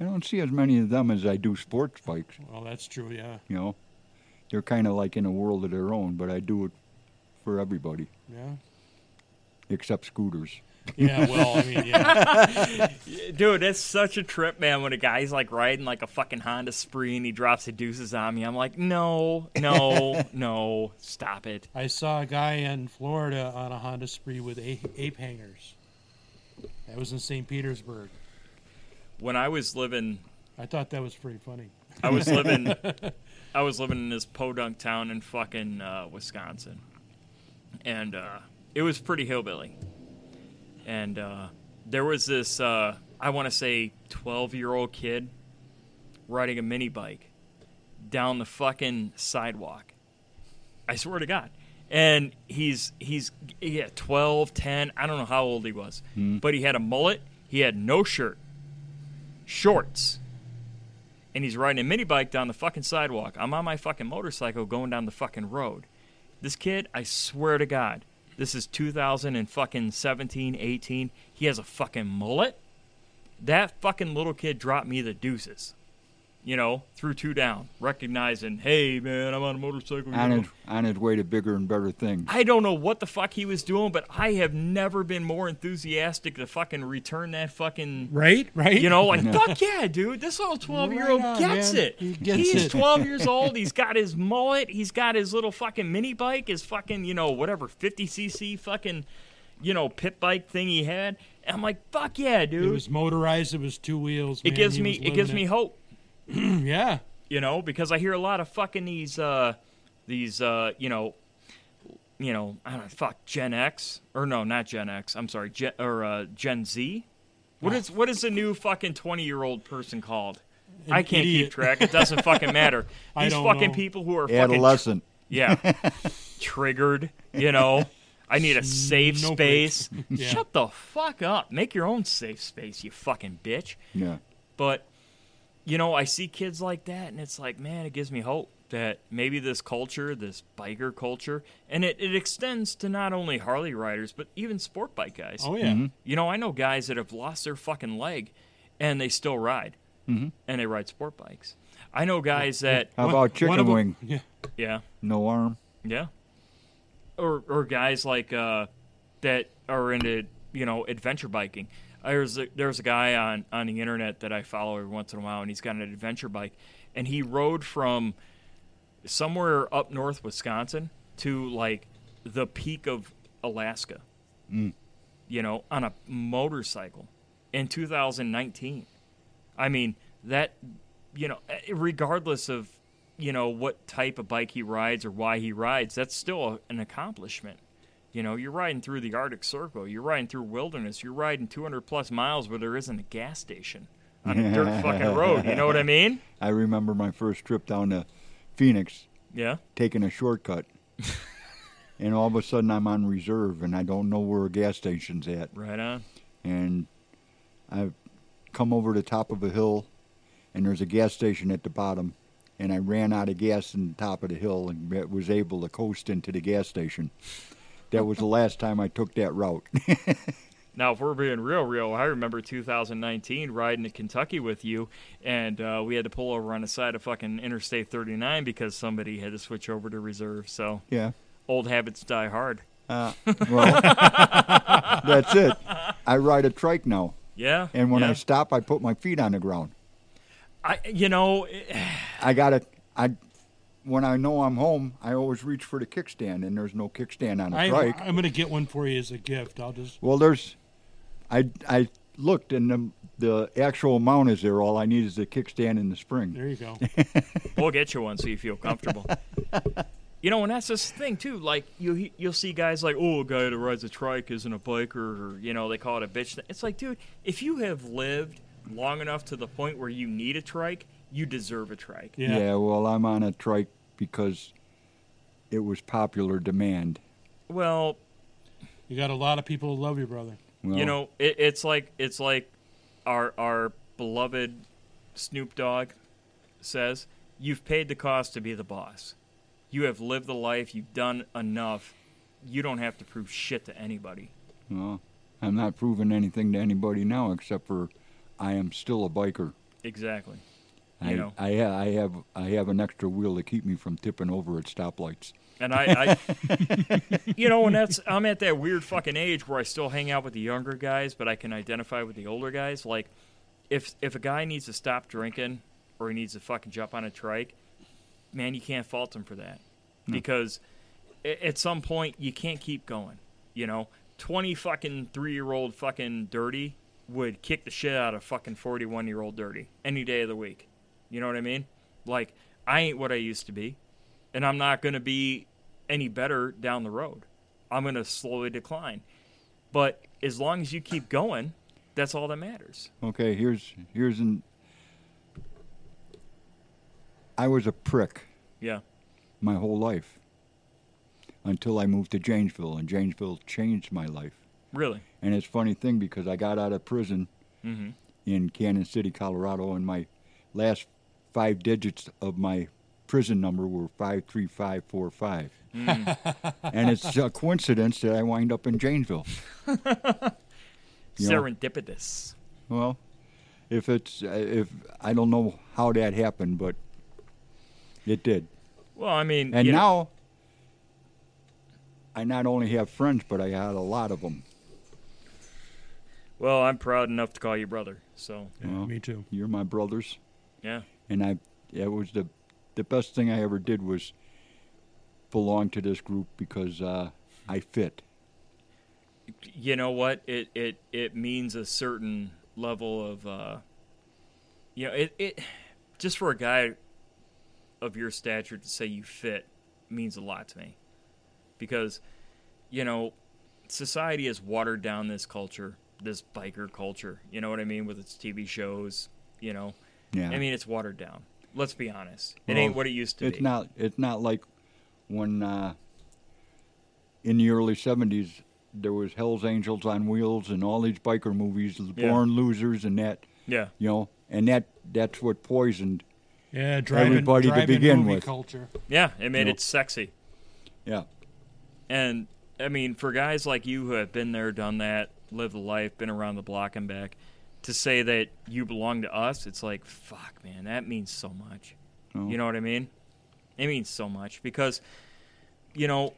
I don't see as many of them as I do sports bikes.
Well, that's true. Yeah,
You know, they're kind of like in a world of their own, but I do it for everybody
yeah,
except scooters.
yeah. Well, I mean, yeah.
Dude, that's such a trip, man. When a guy's like riding like a fucking Honda Spree and he drops the deuces on me, I'm like, no, no, no, stop it.
I saw a guy in Florida on a Honda Spree with a- ape hangers. That was in St. Petersburg.
When I was living,
I thought that was pretty funny.
I was living, I was living in this podunk town in fucking uh, Wisconsin, and uh, it was pretty hillbilly. And uh, there was this, uh, I want to say, 12 year old kid riding a mini bike down the fucking sidewalk. I swear to God. And he's he's yeah, 12, 10, I don't know how old he was. But he had a mullet, he had no shirt, shorts. And he's riding a mini bike down the fucking sidewalk. I'm on my fucking motorcycle going down the fucking road. This kid, I swear to God, this is 2000 and fucking 17, 18. He has a fucking mullet. That fucking little kid dropped me the deuces. You know, through two down, recognizing, hey man, I'm on a motorcycle. you
On
know.
his, on his way to bigger and better things.
I don't know what the fuck he was doing, but I have never been more enthusiastic to fucking return that fucking.
Right, right.
You know, like fuck yeah, dude! This little twelve-year-old
Right on,
gets
man.
it.
He gets
he's
it.
twelve years old. He's got his mullet. He's got his little fucking mini bike. His fucking you know whatever fifty cc fucking you know pit bike thing he had. And I'm like fuck yeah,
it
dude!
was motorized. It was two wheels.
it
man,
gives
he
me
was
it gives
living
me hope.
Yeah,
you know, because I hear a lot of fucking these, uh, these, uh, you know, you know, I don't know, fuck Gen X or no, not Gen X. I'm sorry, Gen, or uh, Gen Z. What is what is the new fucking twenty year old person called? I can't
idiot.
keep track. It doesn't fucking matter.
I
These
don't
fucking
know.
people who are fucking
Adolescent.
yeah, triggered. You know, I need a safe
No
space.
Yeah.
Shut the fuck up. Make your own safe space, you fucking bitch.
Yeah.
But you know, I see kids like that, and it's like, man, it gives me hope that maybe this culture, this biker culture, and it, it extends to not only Harley riders but even sport bike guys.
oh yeah.
You know, I know guys that have lost their fucking leg, and they still ride, mm-hmm. and they ride sport bikes. I know guys that,
How
One-
about
one of
chicken
'em-
wing?
Yeah.
yeah,
No arm.
yeah, or or guys like uh, that are into you know adventure biking. There's a, there's a guy on on the internet that I follow every once in a while, and he's got an adventure bike, and he rode from somewhere up north Wisconsin to like the peak of Alaska, you know, on a motorcycle in 2019. I mean that you know, eh, regardless of you know what type of bike he rides or why he rides, that's still a, an accomplishment. You know, you're riding through the Arctic Circle, you're riding through wilderness, you're riding 200 plus miles where there isn't a gas station on a dirt fucking road. You know what I mean?
I remember my first trip down to Phoenix,
Yeah.
taking a shortcut. and all of a sudden I'm on reserve and I don't know where a gas station's at.
Right on.
and I come over the top of a hill, and there's a gas station at the bottom, and I ran out of gas in the top of the hill and be- was able to coast into the gas station. That was the last time I took that route.
Now, if we're being real, real, I remember 2019 riding to Kentucky with you, and uh, we had to pull over on the side of fucking Interstate 39 because somebody had to switch over to reserve. So
yeah.
old habits die hard.
Well, that's it. I ride a trike now,
Yeah.
and when
yeah.
I stop, I put my feet on the ground.
I, you know,
I gotta, I. When I know I'm home, I always reach for the kickstand, and there's no kickstand on a
I,
trike.
I'm gonna get one for you as a gift. I'll just
Well, there's, I I looked and the the actual amount is there. All I need is the kickstand in the spring.
there you go.
we'll get you one so you feel comfortable. You know, and that's this thing too. Like you, he- you'll see guys like, "Oh, a guy that rides a trike isn't a biker," or you know, they call it a bitch. It's like, dude, if you have lived long enough to the point where you need a trike, you deserve a trike.
Yeah.
Yeah.
well, I'm on a trike because it was popular demand.
Well,
You got a lot of people who love you, brother.
Well,
you know, it, it's like it's like our our beloved Snoop Dogg says, "You've paid the cost to be the boss. You have lived the life. You've done enough. You don't have to prove shit to anybody."
well, I'm not proving anything to anybody now except for I am still a biker.
Exactly.
I,
You know.
I, ha- I have I have an extra wheel to keep me from tipping over at stoplights.
And I, I you know, and that's I'm at that weird fucking age where I still hang out with the younger guys, but I can identify with the older guys. Like, if if a guy needs to stop drinking or he needs to fucking jump on a trike, man, you can't fault him for that because a- at some point you can't keep going. You know, twenty fucking three year old fucking dirty would kick the shit out of fucking forty one year old dirty any day of the week. You know what I mean? Like, I ain't what I used to be and I'm not going to be any better down the road. I'm going to slowly decline. But as long as you keep going, that's all that matters.
Okay, here's here's an. I was a prick
Yeah.
my whole life until I moved to Janesville, and Janesville changed my life.
Really?
And it's a funny thing because I got out of prison in Cannon City, Colorado, and my last five digits of my prison number were five three five four five. and it's a coincidence that I wind up in Janesville. You know-
Serendipitous.
Well, if it's if I don't know how that happened, but it did.
Well, I mean,
And
you know-
now I not only have friends, but I had a lot of them.
well, I'm proud enough to call you brother. So,
Well,
Me too.
You're my brothers.
yeah.
and I it was the the best thing I ever did was belong to this group because uh, I fit.
You know what? It it it means a certain level of uh you know, it it just for a guy of your stature to say you fit means a lot to me. Because you know, society has watered down this culture, this biker culture. You know what I mean? With its TV shows, you know.
Yeah,
I mean, it's watered down. Let's be honest. It
Well,
ain't what it used to
it's
be.
not it's not like when uh, in the early '70s there was Hell's Angels on Wheels and all these biker movies, Born Losers and that,
Yeah.
you know, and that that's what poisoned.
Yeah, driving,
Everybody to
driving
begin
movie
with.
culture.
Yeah, it made
No.
it sexy.
Yeah,
And I mean, for guys like you who have been there, done that, lived the life, been around the block and back, to say that you belong to us, it's like, fuck, man, that means so much.
Oh.
You know what I mean? It means so much because, you know,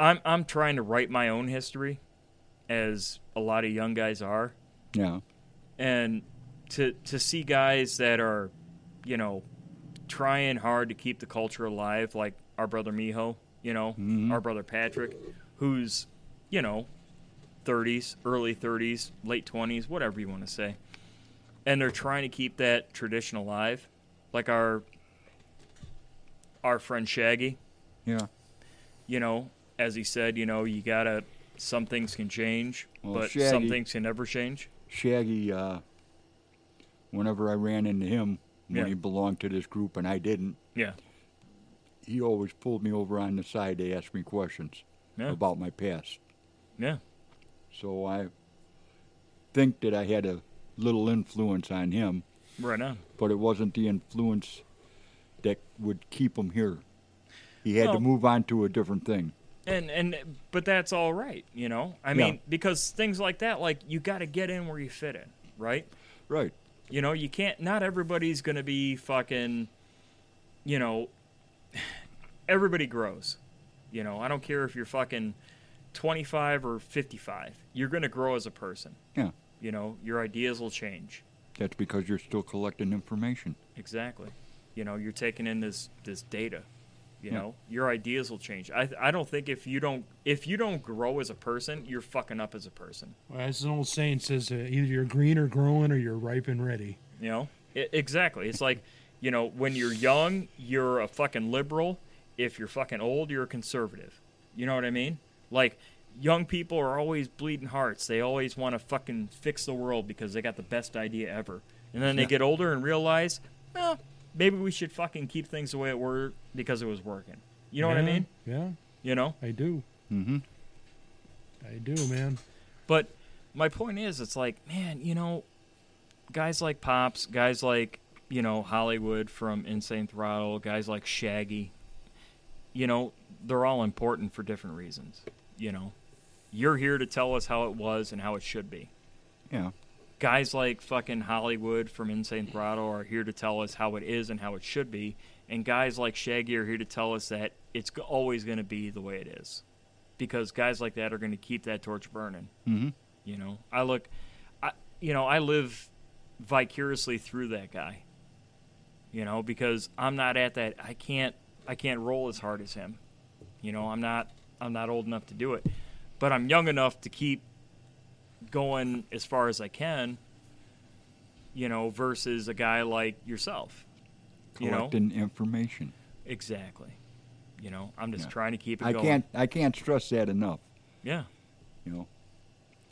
I'm I'm trying to write my own history, as a lot of young guys are,
yeah,
and to to see guys that are, you know, trying hard to keep the culture alive, like our brother Miho, you know,
Mm-hmm.
our brother Patrick, who's, you know, thirties, early thirties, late twenties, whatever you want to say, and they're trying to keep that tradition alive, like our our friend Shaggy,
yeah.
you know, as he said, you know, you gotta. Some things can change,
Well,
but some
Shaggy-
things can never change.
Shaggy, uh, whenever I ran into him when
Yeah.
he belonged to this group and I didn't,
Yeah,
he always pulled me over on the side to ask me questions
Yeah.
about my past.
yeah.
So I think that I had a little influence on him,
Right on.
but it wasn't the influence that would keep him here. He had to
Well-
move on to a different thing.
And and but that's all right, you know. I
Yeah.
mean, because things like that, like you got to get in where you fit in, right?
Right.
You know, you can't. Not everybody's gonna be fucking. You know, everybody grows. You know, I don't care if you're fucking 25 or 55. You're gonna grow as a person.
Yeah.
You know, your ideas will change.
That's because you're still collecting information.
Exactly. You know, you're taking in this this data. You
Yeah.
know, your ideas will change. I I don't think if you don't if you don't grow as a person, you're fucking up as a person.
Well, as an old saying says, uh, either you're green or growing, or you're ripe and ready.
E, You know, I exactly. It's like, you know, when you're young, you're a fucking liberal, if you're fucking old, you're a conservative. You know what I mean? Like, young people are always bleeding hearts. They always want to fucking fix the world because they got the best idea ever. And then they get older and realize, well, maybe we should fucking keep things the way it were because it was working. You know what I mean?
Yeah,
You know?
I do.
Mm-hmm.
I do, man.
But my point is, it's like, man, you know, guys like Pops, guys like, you know, Hollywood from Insane Throttle, guys like Shaggy, you know, they're all important for different reasons. You know, you're here to tell us how it was and how it should be.
Yeah.
Guys like fucking Hollywood from Insane Throttle are here to tell us how it is and how it should be. And guys like Shaggy are here to tell us that it's g- always going to be the way it is. Because guys like that are going to keep that torch burning
Mm-hmm.
you know i look i you know i live vicariously through that guy you know because i'm not at that i can't i can't roll as hard as him you know i'm not i'm not old enough to do it but i'm young enough to keep going as far as i can you know versus a guy like yourself you know
Collecting information.
exactly you know i'm just
Yeah.
trying to keep it
I
going
can't. I can't stress that enough.
yeah
You know.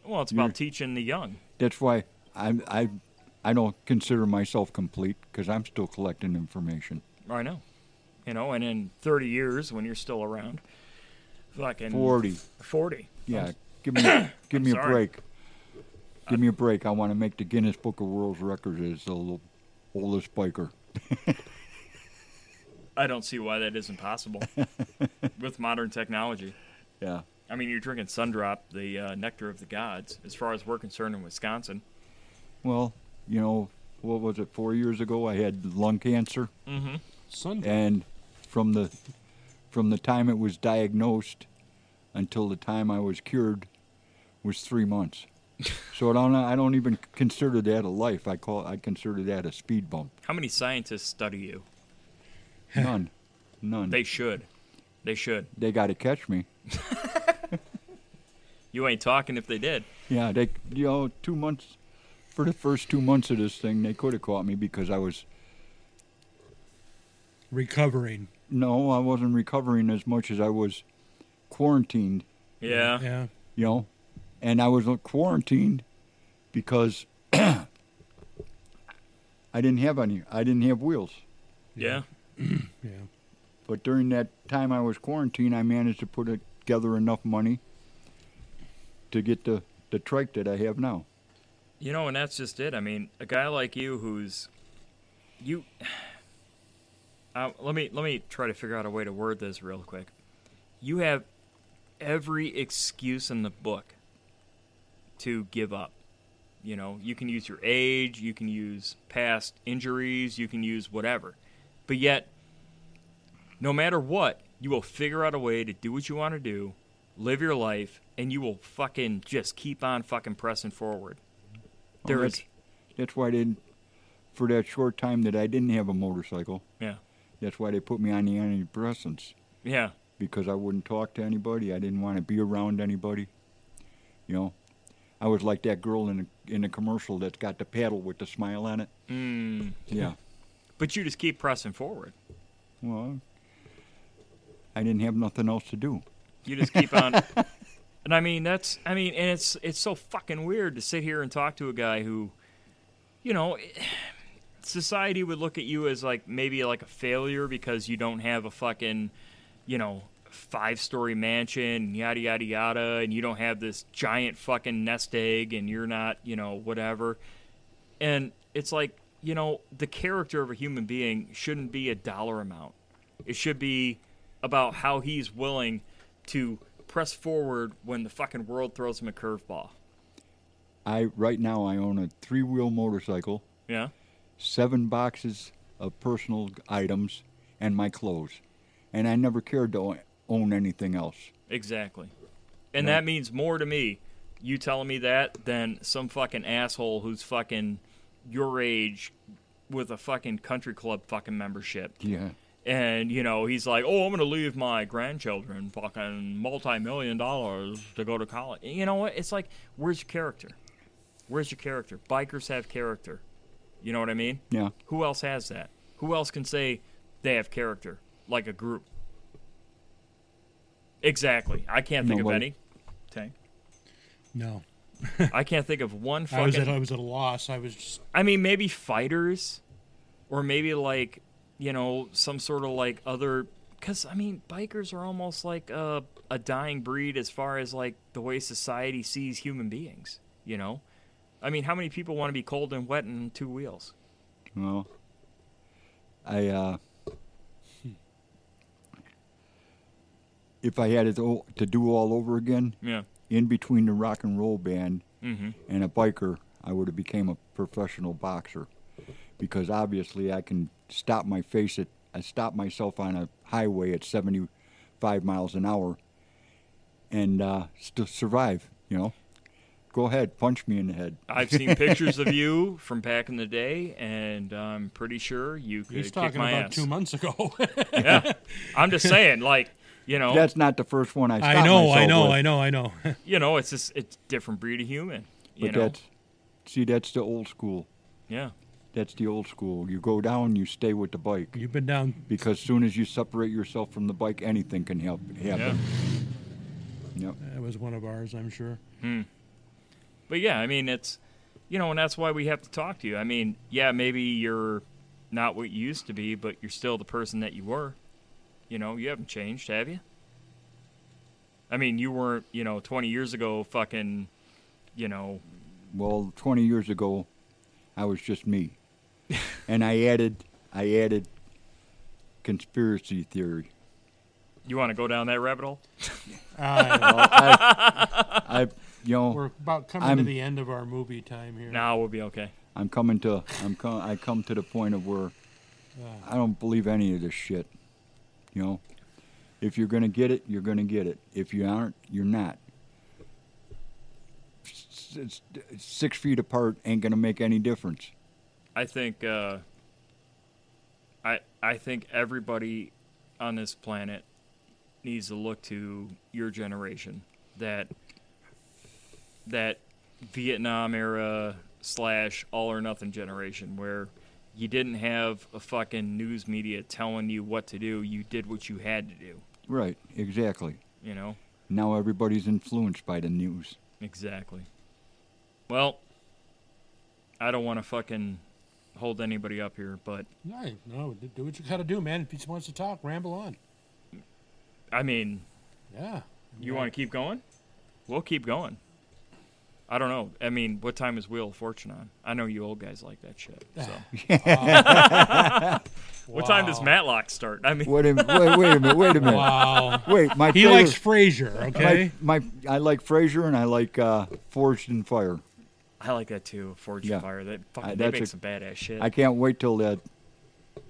well it's
You're-
about teaching the young
That's why I'm. I. I don't consider myself complete because I'm still collecting information.
I know. You know, and in 30 years, when you're still around, fucking
Forty.
40.
Yeah. Give me. give me a
sorry.
break. Give me a break. I want to make the Guinness Book of World Records as the l- oldest biker.
I don't see why that isn't possible with modern technology.
Yeah.
I mean, you're drinking Sundrop, the uh, nectar of the gods, as far as we're concerned in Wisconsin.
Well, you know, what was it? Four years ago, I had lung cancer,
Sunday.
and from the from the time it was diagnosed until the time I was cured was three months. So I don't I don't even consider that a life. I call I consider that a speed bump.
How many scientists study you?
None, none.
They should. They should.
they got to catch me.
You ain't talking if they did.
Yeah, they you know two months for the first two months of this thing they could have caught me because I was
Recovering.
no I wasn't recovering as much as I was quarantined
Yeah.
Yeah.
you know, and I was quarantined because I didn't have any. I didn't have wheels.
Yeah.
Yeah.
But during that time I was quarantined, I managed to put together enough money to get the the trike that I have now.
You know, and that's just it. I mean, a guy like you who's you uh, let me let me try to figure out a way to word this real quick. You have every excuse in the book to give up. You know, you can use your age, you can use past injuries, you can use whatever. But yet no matter what, you will figure out a way to do what you want to do, live your life, and you will fucking just keep on fucking pressing forward. There
that's-
is
That's why they didn't. For that short time that I didn't have a motorcycle,
Yeah.
that's why they put me on the antidepressants
Yeah.
because I wouldn't talk to anybody. I didn't want to be around anybody. You know, I was like that girl in the, in the commercial that's got the paddle with the smile on it.
Mm.
Yeah.
But you just keep pressing forward.
Well, I didn't have nothing else to do.
You just keep on. and I mean, that's I mean, and it's it's so fucking weird to sit here and talk to a guy who, you know, society would look at you as like maybe like a failure because you don't have a fucking, you know, five story mansion, yada yada yada, and you don't have this giant fucking nest egg, and you're not, you know, whatever. And it's like, you know, the character of a human being shouldn't be a dollar amount. It should be about how he's willing to press forward when the fucking world throws him a curveball.
I right now I own a three wheel motorcycle,
Yeah.
seven boxes of personal items, and my clothes, and I never cared to o- own anything else.
Exactly. And that means more to me, you telling me that, than some fucking asshole who's fucking your age with a fucking country club fucking membership.
Yeah.
And, you know, he's like, oh, I'm going to leave my grandchildren fucking multi million dollars to go to college. And you know what? It's like, where's your character? Where's your character? Bikers have character. You know what I mean?
Yeah.
Who else has that? Who else can say they have character like a group? Exactly. I can't think
Nobody.
of any. Tank.
No,
I can't think of one
I was
fucking.
at I was at a loss. I was just
I mean, maybe fighters, or maybe like you know some sort of like other. Because I mean, bikers are almost like a a dying breed as far as like the way society sees human beings. You know, I mean, how many people want to be cold and wet and two wheels?
Well, I uh, if I had it to to do all over again,
Yeah.
in between the rock and roll band
Mm-hmm.
Mhm.
and a biker, I would have became a professional boxer because obviously I can stop my face at I stop myself on a highway at 75 miles an hour and uh, still survive. You know, go ahead, punch me in the head.
I've seen pictures of you from back in the day, and I'm pretty sure you could
he's
kick
talking
my
about
ass.
two months ago.
yeah, I'm just saying, like, you know,
That's not the first one I. Stopped
I know, I
myself
know,
with.
I know, I know.
you know, it's just it's different breed of human. You
But
know,
that's see, that's the old school.
yeah.
That's the old school. You go down, you stay with the bike
You've been down.
because soon as you separate yourself from the bike, anything can help
Yeah.
happen. Yep.
That was one of ours, I'm sure.
But yeah, I mean, it's, you know, and that's why we have to talk to you. I mean, yeah, maybe you're not what you used to be, but you're still the person that you were. You know, you haven't changed, have you? I mean, you weren't, you know, 20 years ago, fucking, you know,
Well, 20 years ago, I was just me, and I added, I added conspiracy theory.
you want to go down that rabbit hole?
Uh,
I, you know,
we're about coming to
I'm-
the end of our movie time here.
Nah, we'll be okay.
I'm coming to, I'm com- I come to the point of where I don't believe any of this shit. You know, if you're gonna get it, you're gonna get it. If you aren't, you're not. S- s- Six feet apart ain't gonna make any difference.
I think uh, I I think everybody on this planet needs to look to your generation that that Vietnam era slash all or nothing generation where you didn't have a fucking news media telling you what to do. You did what you had to do.
Right? Exactly.
You know
Now everybody's influenced by the news.
exactly. Well, I don't want to fucking hold anybody up here, but
No, no, d- do what you got to do, man. If he wants to talk, ramble on.
I mean.
Yeah.
You want to keep going? We'll keep going. I don't know. I mean, what time is Wheel of Fortune on? I know you old guys like that shit. So, what time does
Wow.
Matlock start? I mean,
Wait a minute. Wait, wait a minute. Wait a minute.
Wow.
Wait, my
He
favorite-
likes Frasier, okay?
my, my I like Frasier and I like uh, Forged in Fire.
I like that too. Fortune
Yeah.
Fire. That
I-
fucking they
that's
make
a-
some badass shit.
I can't wait till that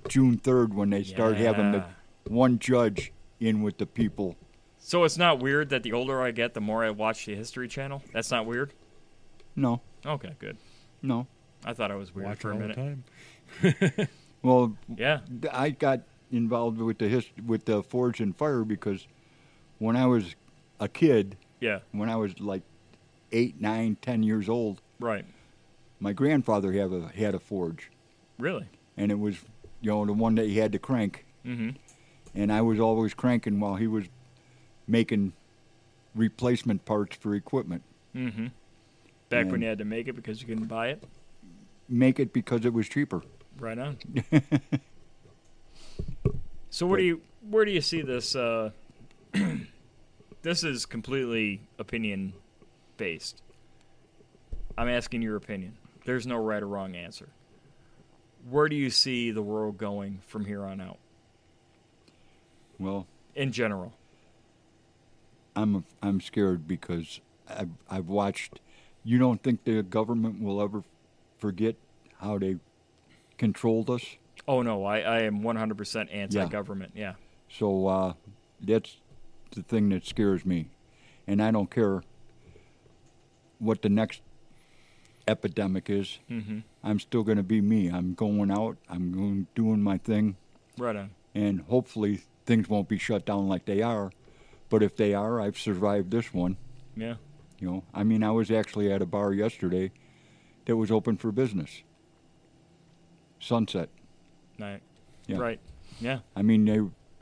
June third when they start having the
Yeah. uh, Oh,
uh,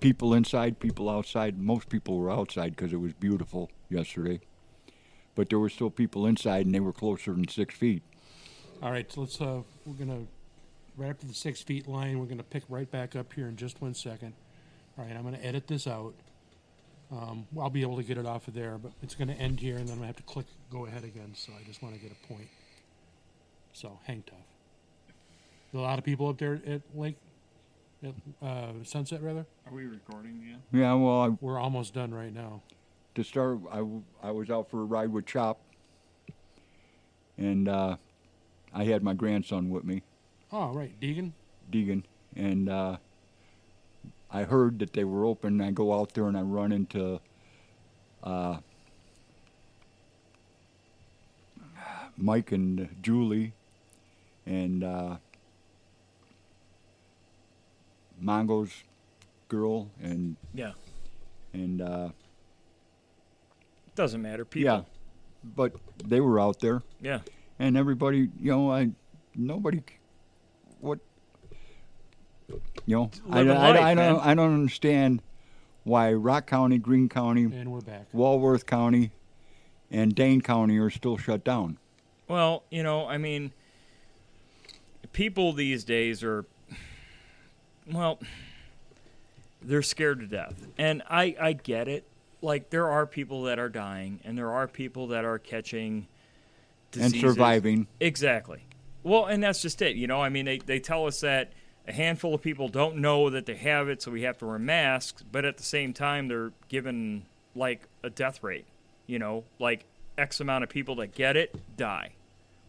people inside, people outside. Most people were outside because it was beautiful yesterday, but there were still people inside, and they were closer than six feet.
All right, so let's. Uh, we're gonna right up to the six feet line. We're gonna pick right back up here in just one second. All right, I'm gonna edit this out. Um, I'll be able to get it off of there, but it's gonna end here, and then I have to click go ahead again. So I just want to get a point. So hang tough. There's a lot of people up there at Lake at, uh, Sunset, rather.
Are we recording yet?
Yeah, well, I,
We're almost done right now.
to start, I, w- I was out for a ride with Chop, and uh, I had my grandson with me,
Oh, right, Deegan.
Deegan, and uh, I heard that they were open. I go out there and I run into uh, Mike and Julie, and uh, Mongo's girl, and
Yeah.
and. Uh,
Doesn't matter.
Yeah,
People.
but they were out there,
Yeah.
and everybody, you know, I nobody, c- what, you know, I,
Living
I- I
life,
don't,
man.
I don't understand why Rock County, Greene County,
And we're back.
Walworth County, and Dane County are still shut down.
Well, you know, I mean, people these days are, well, they're scared to death. And I, I get it. Like, there are people that are dying, and there are people that are catching
And
diseases.
surviving.
Exactly. Well, and that's just it. You know, I mean, they, they tell us that a handful of people don't know that they have it, so we have to wear masks, but at the same time, they're given like a death rate. You know, like X amount of people that get it die.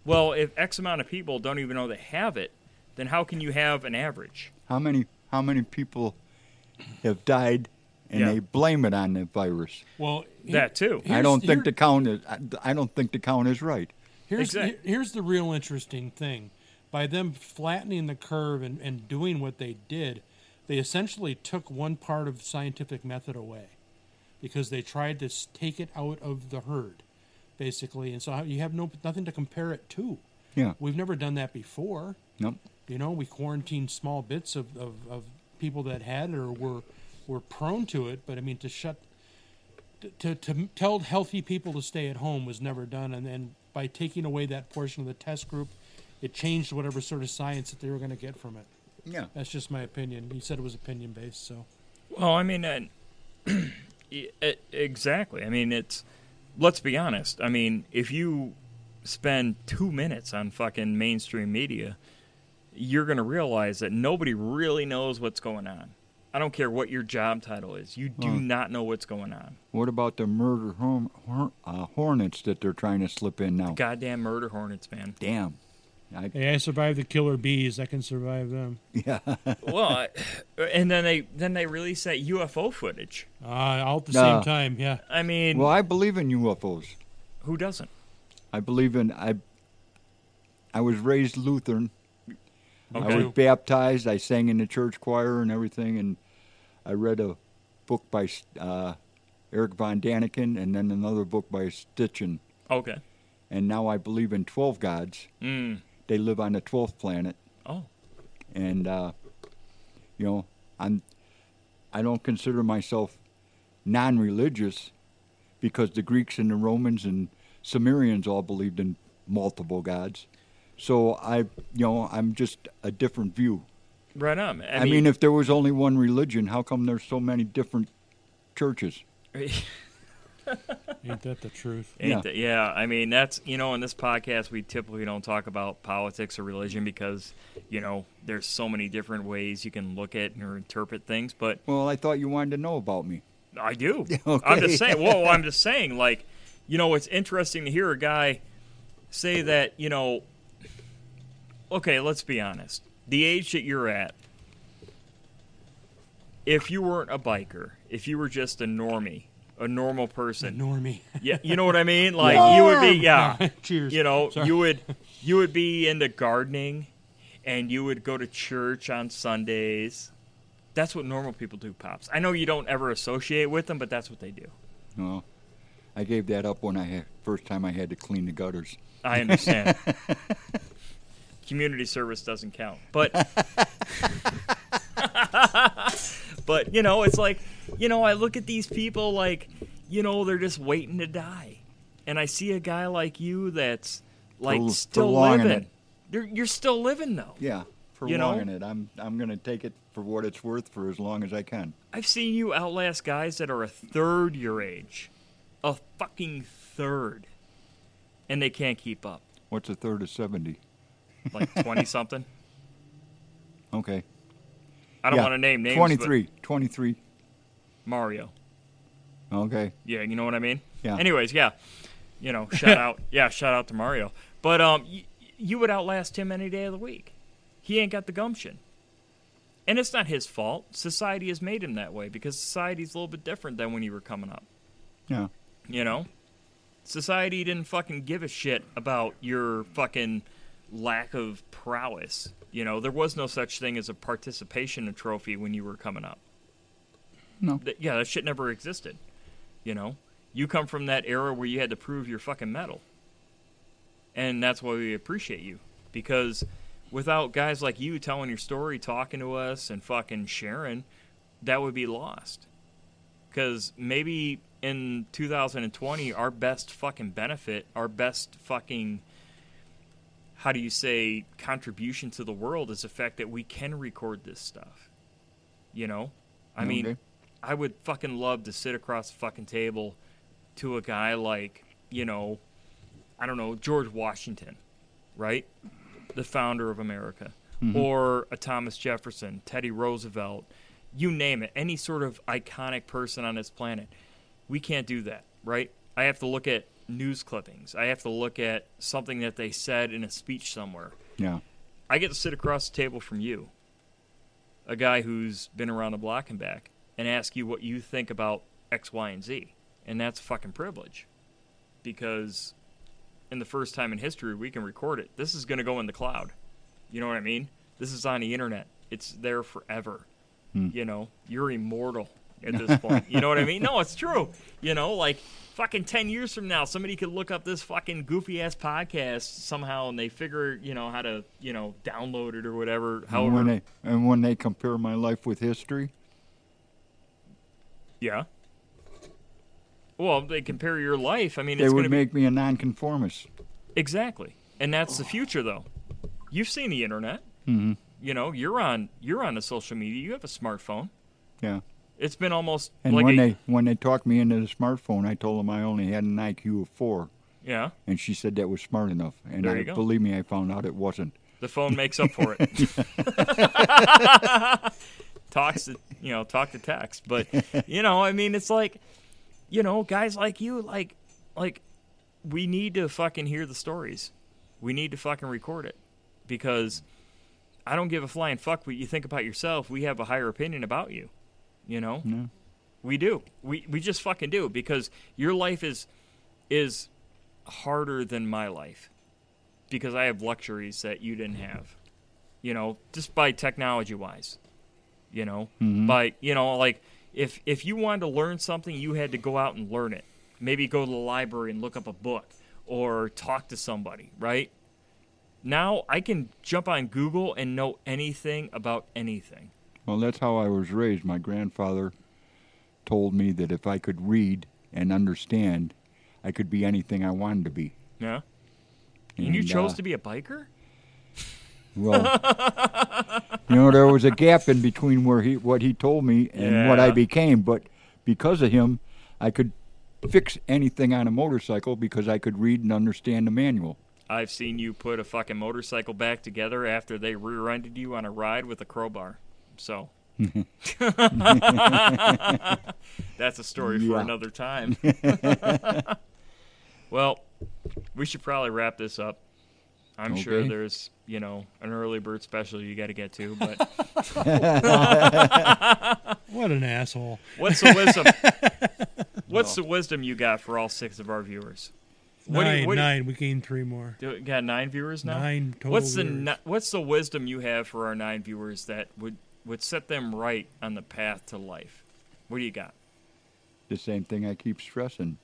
Well, if X amount of people don't even know they have it, then how can you have an average?
How many, how many people have died, and
Yeah.
they blame it on the virus?
Well,
That too.
I
Here's-
don't
here-
think the count is. I, I don't think the count is right.
Here's
Exact-
he- here's the real interesting thing. By them flattening the curve and, and doing what they did, they essentially took one part of scientific method away because they tried to s- take it out of the herd, basically. And so how- you have no nothing to compare it to.
Yeah.
We've never done that before.
Nope.
You know, we quarantined small bits of, of, of people that had it or were were prone to it. But I mean, to shut to, to tell healthy people to stay at home was never done. And then by taking away that portion of the test group, it changed whatever sort of science that they were going to get from it.
Yeah.
That's just my opinion. You said it was opinion based, so
Well, I mean, uh, e- e- exactly. I mean, it's. Let's be honest. I mean, if you spend two minutes on fucking mainstream media, you're gonna realize that nobody really knows what's going on. I don't care what your job title is. You do not know what's going on.
What about the murder horn, hor uh, hornets that they're trying to slip in now?
Goddamn murder hornets, man.
Damn. I,
hey, I survived the killer bees. I can survive them.
yeah.
well, I- and then they then they release that UFO footage.
Uh, all at the
Nah.
same time, yeah.
I mean,
Well, I believe in UFOs.
who doesn't?
I believe in I. I was raised Lutheran. I was
Okay.
baptized. I sang in the church choir and everything, and I read a book by uh, Eric von Daniken and then another book by Stitchin.
Okay.
And now I believe in twelve gods.
Mm.
They live on the twelfth planet.
Oh.
and uh, you know I'm I don't consider myself non-religious because the Greeks and the Romans and Sumerians all believed in multiple gods. So I you know I'm just a different view.
Right on. I,
I, mean, if there was only one religion, how come there's so many different churches?
Ain't that the truth?
Yeah.
Ain't that- yeah. I mean that's you know in this podcast we typically don't talk about politics or religion because you know there's so many different ways you can look at or interpret things, but
Well, I thought you wanted to know about me.
I do. I'm
Okay.
just saying. Whoa, I'm just saying. Like, you know, it's interesting to hear a guy say that. You know, okay, let's be honest. The age that you're at, if you weren't a biker, if you were just a normie, a normal person,
Normie.
yeah, you know what I mean. Like, you would be, yeah.
Cheers.
You know,
Sorry.
you would you would be into gardening, and you would go to church on Sundays. That's what normal people do, pops. I know you don't ever associate with them, but that's what they do.
You know, I gave that up when I had, first time I had to clean the gutters.
I understand. Community service doesn't count, but But you know, it's like, you know, I look at these people like, you know, they're just waiting to die, and I see a guy like you that's like
Pro-
still
prolonging
living.
it.
You're, you're still living though.
Yeah,
You know?
prolonging it. I'm I'm gonna take it for what it's worth for as long as I can.
I've seen you outlast guys that are a third your age, a fucking third, and they can't keep up,
What's a third of seventy?
like twenty something.
Okay.
I don't want to name names. but
23. 23.
Mario.
Okay.
Yeah, you know what I mean.
Yeah.
Anyways, yeah, you know, shout out, yeah, shout out to Mario. But um, y- you would outlast him any day of the week. He ain't got the gumption, and it's not his fault. Society has made him that way because society's a little bit different than when you were coming up.
Yeah.
You know, society didn't fucking give a shit about your fucking lack of prowess. You know, there was no such thing as a participation trophy when you were coming up.
No.
Th- yeah, that shit never existed. You know, you come from that era where you had to prove your fucking metal, and that's why we appreciate you because without guys like you telling your story, talking to us, and fucking sharing, that would be lost. Because maybe in 2020, our best fucking benefit, our best fucking how do you say contribution to the world is the fact that we can record this stuff. You know, I mean,
Okay.
I would fucking love to sit across the fucking table to a guy like, you know, I don't know, George Washington, right? The founder of America, or a Thomas Jefferson, Teddy Roosevelt, you name it, any sort of iconic person on this planet. We can't do that, right? I have to look at news clippings. I have to look at something that they said in a speech somewhere.
Yeah.
I get to sit across the table from you, a guy who's been around the block and back, and ask you what you think about X, Y, and Z. And that's fucking privilege. Because in the first time in history, we can record it. This is going to go in the cloud. You know what I mean? This is on the internet, it's there forever. You know, you're immortal at this point. You know what I mean? No, it's true. You know, like fucking 10 years from now, somebody could look up this fucking goofy ass podcast somehow and they figure, you know, how to, you know, download it or whatever.
And
However,
when they and when they compare my life with history,
Yeah. Well, they compare your life. I mean,
they
it's
would
gonna
make me a nonconformist.
be exactly, and that's the future, though. You've seen the internet.
Mm-hmm.
You know, you're on you're on the social media. You have a smartphone.
Yeah.
It's been almost
And
like
when
a,
they when they talked me into the smartphone, I told them I only had an IQ of four,
yeah,
and she said that was smart enough. And
There
I,
you go.
believe me, I found out it wasn't.
the phone makes up for it. Talks to you know, talk to text, but you know, I mean, it's like you know, guys like you, like like we need to fucking hear the stories. We need to fucking record it because I don't give a flying fuck what you think about yourself. We have a higher opinion about you. You know? We do. We we just fucking do because your life is is harder than my life because I have luxuries that you didn't have. You know, just by technology wise. You know, by you know like if if you wanted to learn something, you had to go out and learn it. Maybe go to the library and look up a book or talk to somebody, right? Now I can jump on Google and know anything about anything.
Well, that's how I was raised. My grandfather told me that if I could read and understand, I could be anything I wanted to be.
Yeah. And, you chose
uh,
to be a biker?
Well, you know, there was a gap in between where he what he told me and what I
Yeah.
became, but because of him, I could fix anything on a motorcycle because I could read and understand the manual.
I've seen you put a fucking motorcycle back together after they rear-ended you on a ride with a crowbar. So that's a story for
Yeah.
another time. well, we should probably wrap this up. I'm sure
Okay.
there's, you know, an early bird special you got to get to, but
What an asshole.
what's the wisdom? What's the wisdom you got for all six of our viewers? What do
nine,
you- what do you-
nine. We gained three more.
Do- Got nine viewers now.
Nine total
What's the
viewers.
ni- What's the wisdom you have for our nine viewers that would would set them right on the path to life? What do you got?
The same thing I keep stressing: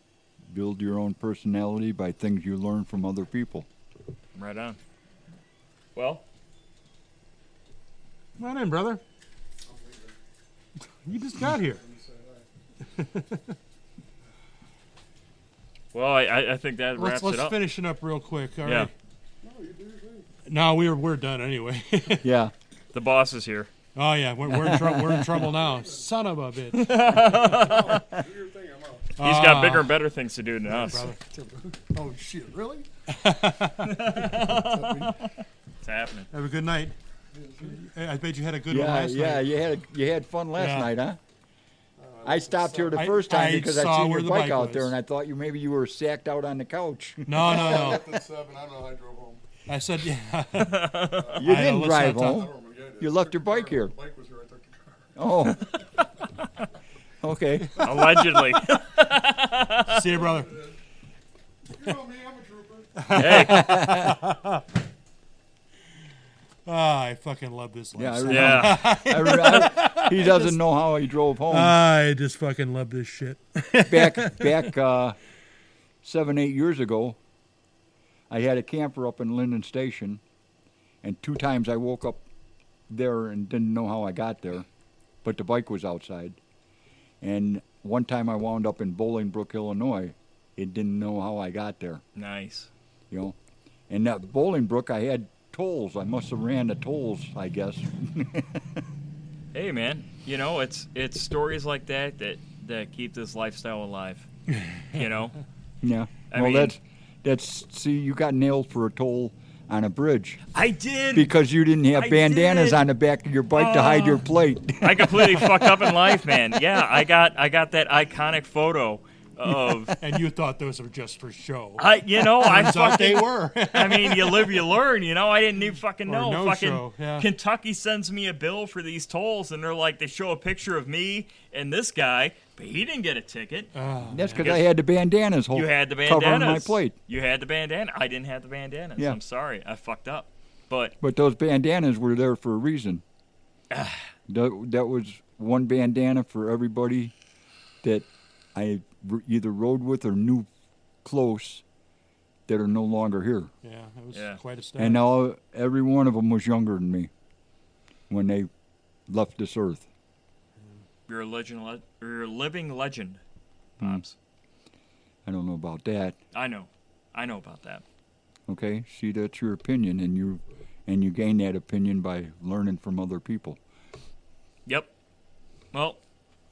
build your own personality by things you learn from other people.
Right on. Well,
Right in, brother.
You just got here.
Well, I- I, I think that
let's
wraps
let's
it up.
finish it up real quick. All right.
yeah,
No, we're we're done anyway.
Yeah.
the boss is here.
oh yeah, we're we're in, trou- we're in trouble now. Son of a bitch. He's
He's
Ah.
got bigger and better things to do than us.
Oh shit! Really?
It's happening.
Have a good night. Hey, I bet you had a good one
Yeah,
last
yeah,
night.
you had you had fun last
Yeah.
night, huh? I stopped here the
I-
first time
I
because I
saw
seen
where
your
the
bike,
bike
out there,
was.
and I thought you maybe you were sacked out on the couch. you
No, no, no.
Up at seven. I don't know. how I drove home.
I said yeah.
didn't
let's
drive
not talk-
I
home.
don't remember. Yeah, I did.
You
I
left
took
your
the car.
bike here.
The Bike was here. I took the car.
Oh, okay.
Allegedly.
See you, brother.
You know me. I'm a trooper.
hey,
Ah, I fucking love this
Yeah, I
lifestyle.
remember.
yeah.
I re- I- he doesn't know how he drove home
Ah, I just fucking love this shit.
back back uh, seven eight years ago. I had a camper up in Linden Station, and two times I woke up there and didn't know how I got there, but the bike was outside. And one time I wound up in Bolingbrook, Illinois, and didn't know how I got there.
Nice.
you know. And that Bolingbrook, I had tolls. I must have ran the tolls, I guess.
Hey, man. You know, it's it's stories like that that that keep this lifestyle alive. You know.
yeah.
I
well,
mean-
that's that's see, you got nailed for a toll on a bridge
I did.
because you didn't have
I
bandanas
did. Oh.
on the back of your bike to hide your plate.
I completely fucked up in life, man. Yeah, I got I got that iconic photo of
And you thought those were just for show.
I you know, I
Turns out
fucking
they were.
I mean, you live, you learn. You know, I didn't even fucking
Or
know.
no
fucking
show, yeah.
Kentucky sends me a bill for these tolls, and they're like, they show a picture of me and this guy, but he didn't get a ticket.
Oh.
that's because I had the bandanas whole,
you had the bandanas.
covering my plate.
You had the bandana. I didn't have the bandanas.
Yeah.
I'm sorry, I fucked up. But
But those bandanas were there for a reason. that, that was one bandana for everybody that I r- either rode with or knew close that are no longer here.
Yeah, it was
Yeah.
quite a step.
And all every one of them was younger than me when they left this earth.
you're a legend. Le- you're a living legend, Pops.
I don't know about that.
I know. I know about that.
Okay, see, that's your opinion, and you and you gain that opinion by learning from other people.
Yep. Well,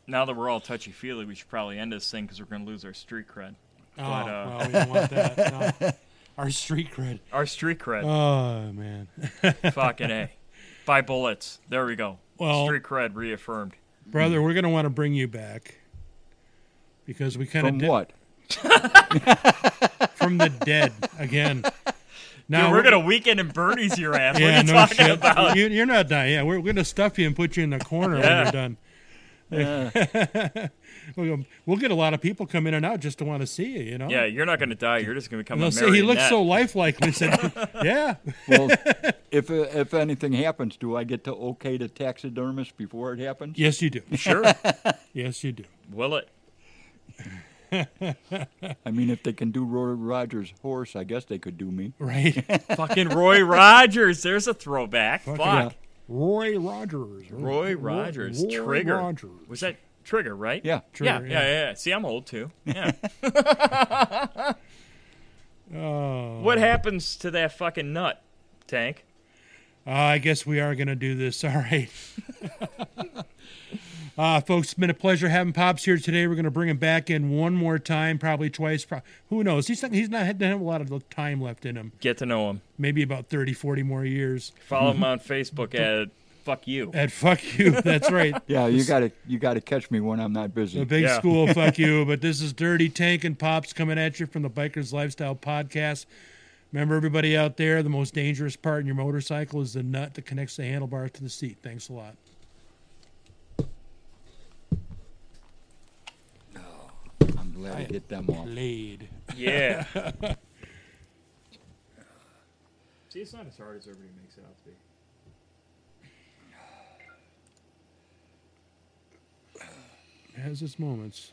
now that we're all touchy feely, we should probably end this thing because we're going to lose our street cred. but,
oh,
uh,
well, we don't want that. no. Our street cred.
Our street cred.
Oh man.
Fucking A. By bullets. There we go.
Well-
Street cred reaffirmed.
Brother, we're gonna want to bring you back. Because we kind of
From what?
from the dead again. Now
Dude, we're gonna weekend and Bernie's your ass. What are
yeah,
you
no
talking
shit.
about?
You, you're not dying. Yeah, we're gonna stuff you and put you in the corner when
Yeah.
you're done. we'll, go- we'll get a lot of people come in and out just to want to see you. You know.
Yeah, you're not gonna die. You're just gonna become
And they'll
a
say he looks
marionette.
so lifelike. And they said, "Yeah,
Well, if uh, if anything happens, do I get to okay the taxidermist before it happens?
yes, you do.
sure.
Yes, you do."
Will it?
I mean, if they can do Roy Rogers' horse, I guess they could do me.
Right.
Fucking Roy Rogers. There's a throwback. Fuck.
yeah.
Roy Rogers.
Roy Rogers. Trigger. Was that Trigger, right?
Yeah.
Yeah,
Trigger,
yeah, yeah, yeah. See, I'm old too. Yeah.
Oh.
what happens to that fucking nut, Tank?
Uh, I guess we are going to do this. All right. uh, folks, it's been a pleasure having Pops here today. We're going to bring him back in one more time, probably twice. Pro- who knows? He's not, he's not had to have a lot of time left in him.
Get to know him.
Maybe about 30, 40 more years.
Follow him on Facebook at fuck you.
At fuck you. That's right.
Yeah, you gotta you gotta catch me when I'm not
The
busy.
big
Yeah.
school, fuck you. But this is Dirty Tank and Pops coming at you from the Bikers Lifestyle Podcast. Remember, everybody out there, the most dangerous part in your motorcycle is the nut that connects the handlebars to the seat. Thanks a lot.
I'm glad I get them off.
Laid.
Yeah. See, it's not as hard as everybody makes it out to be.
It has its moments.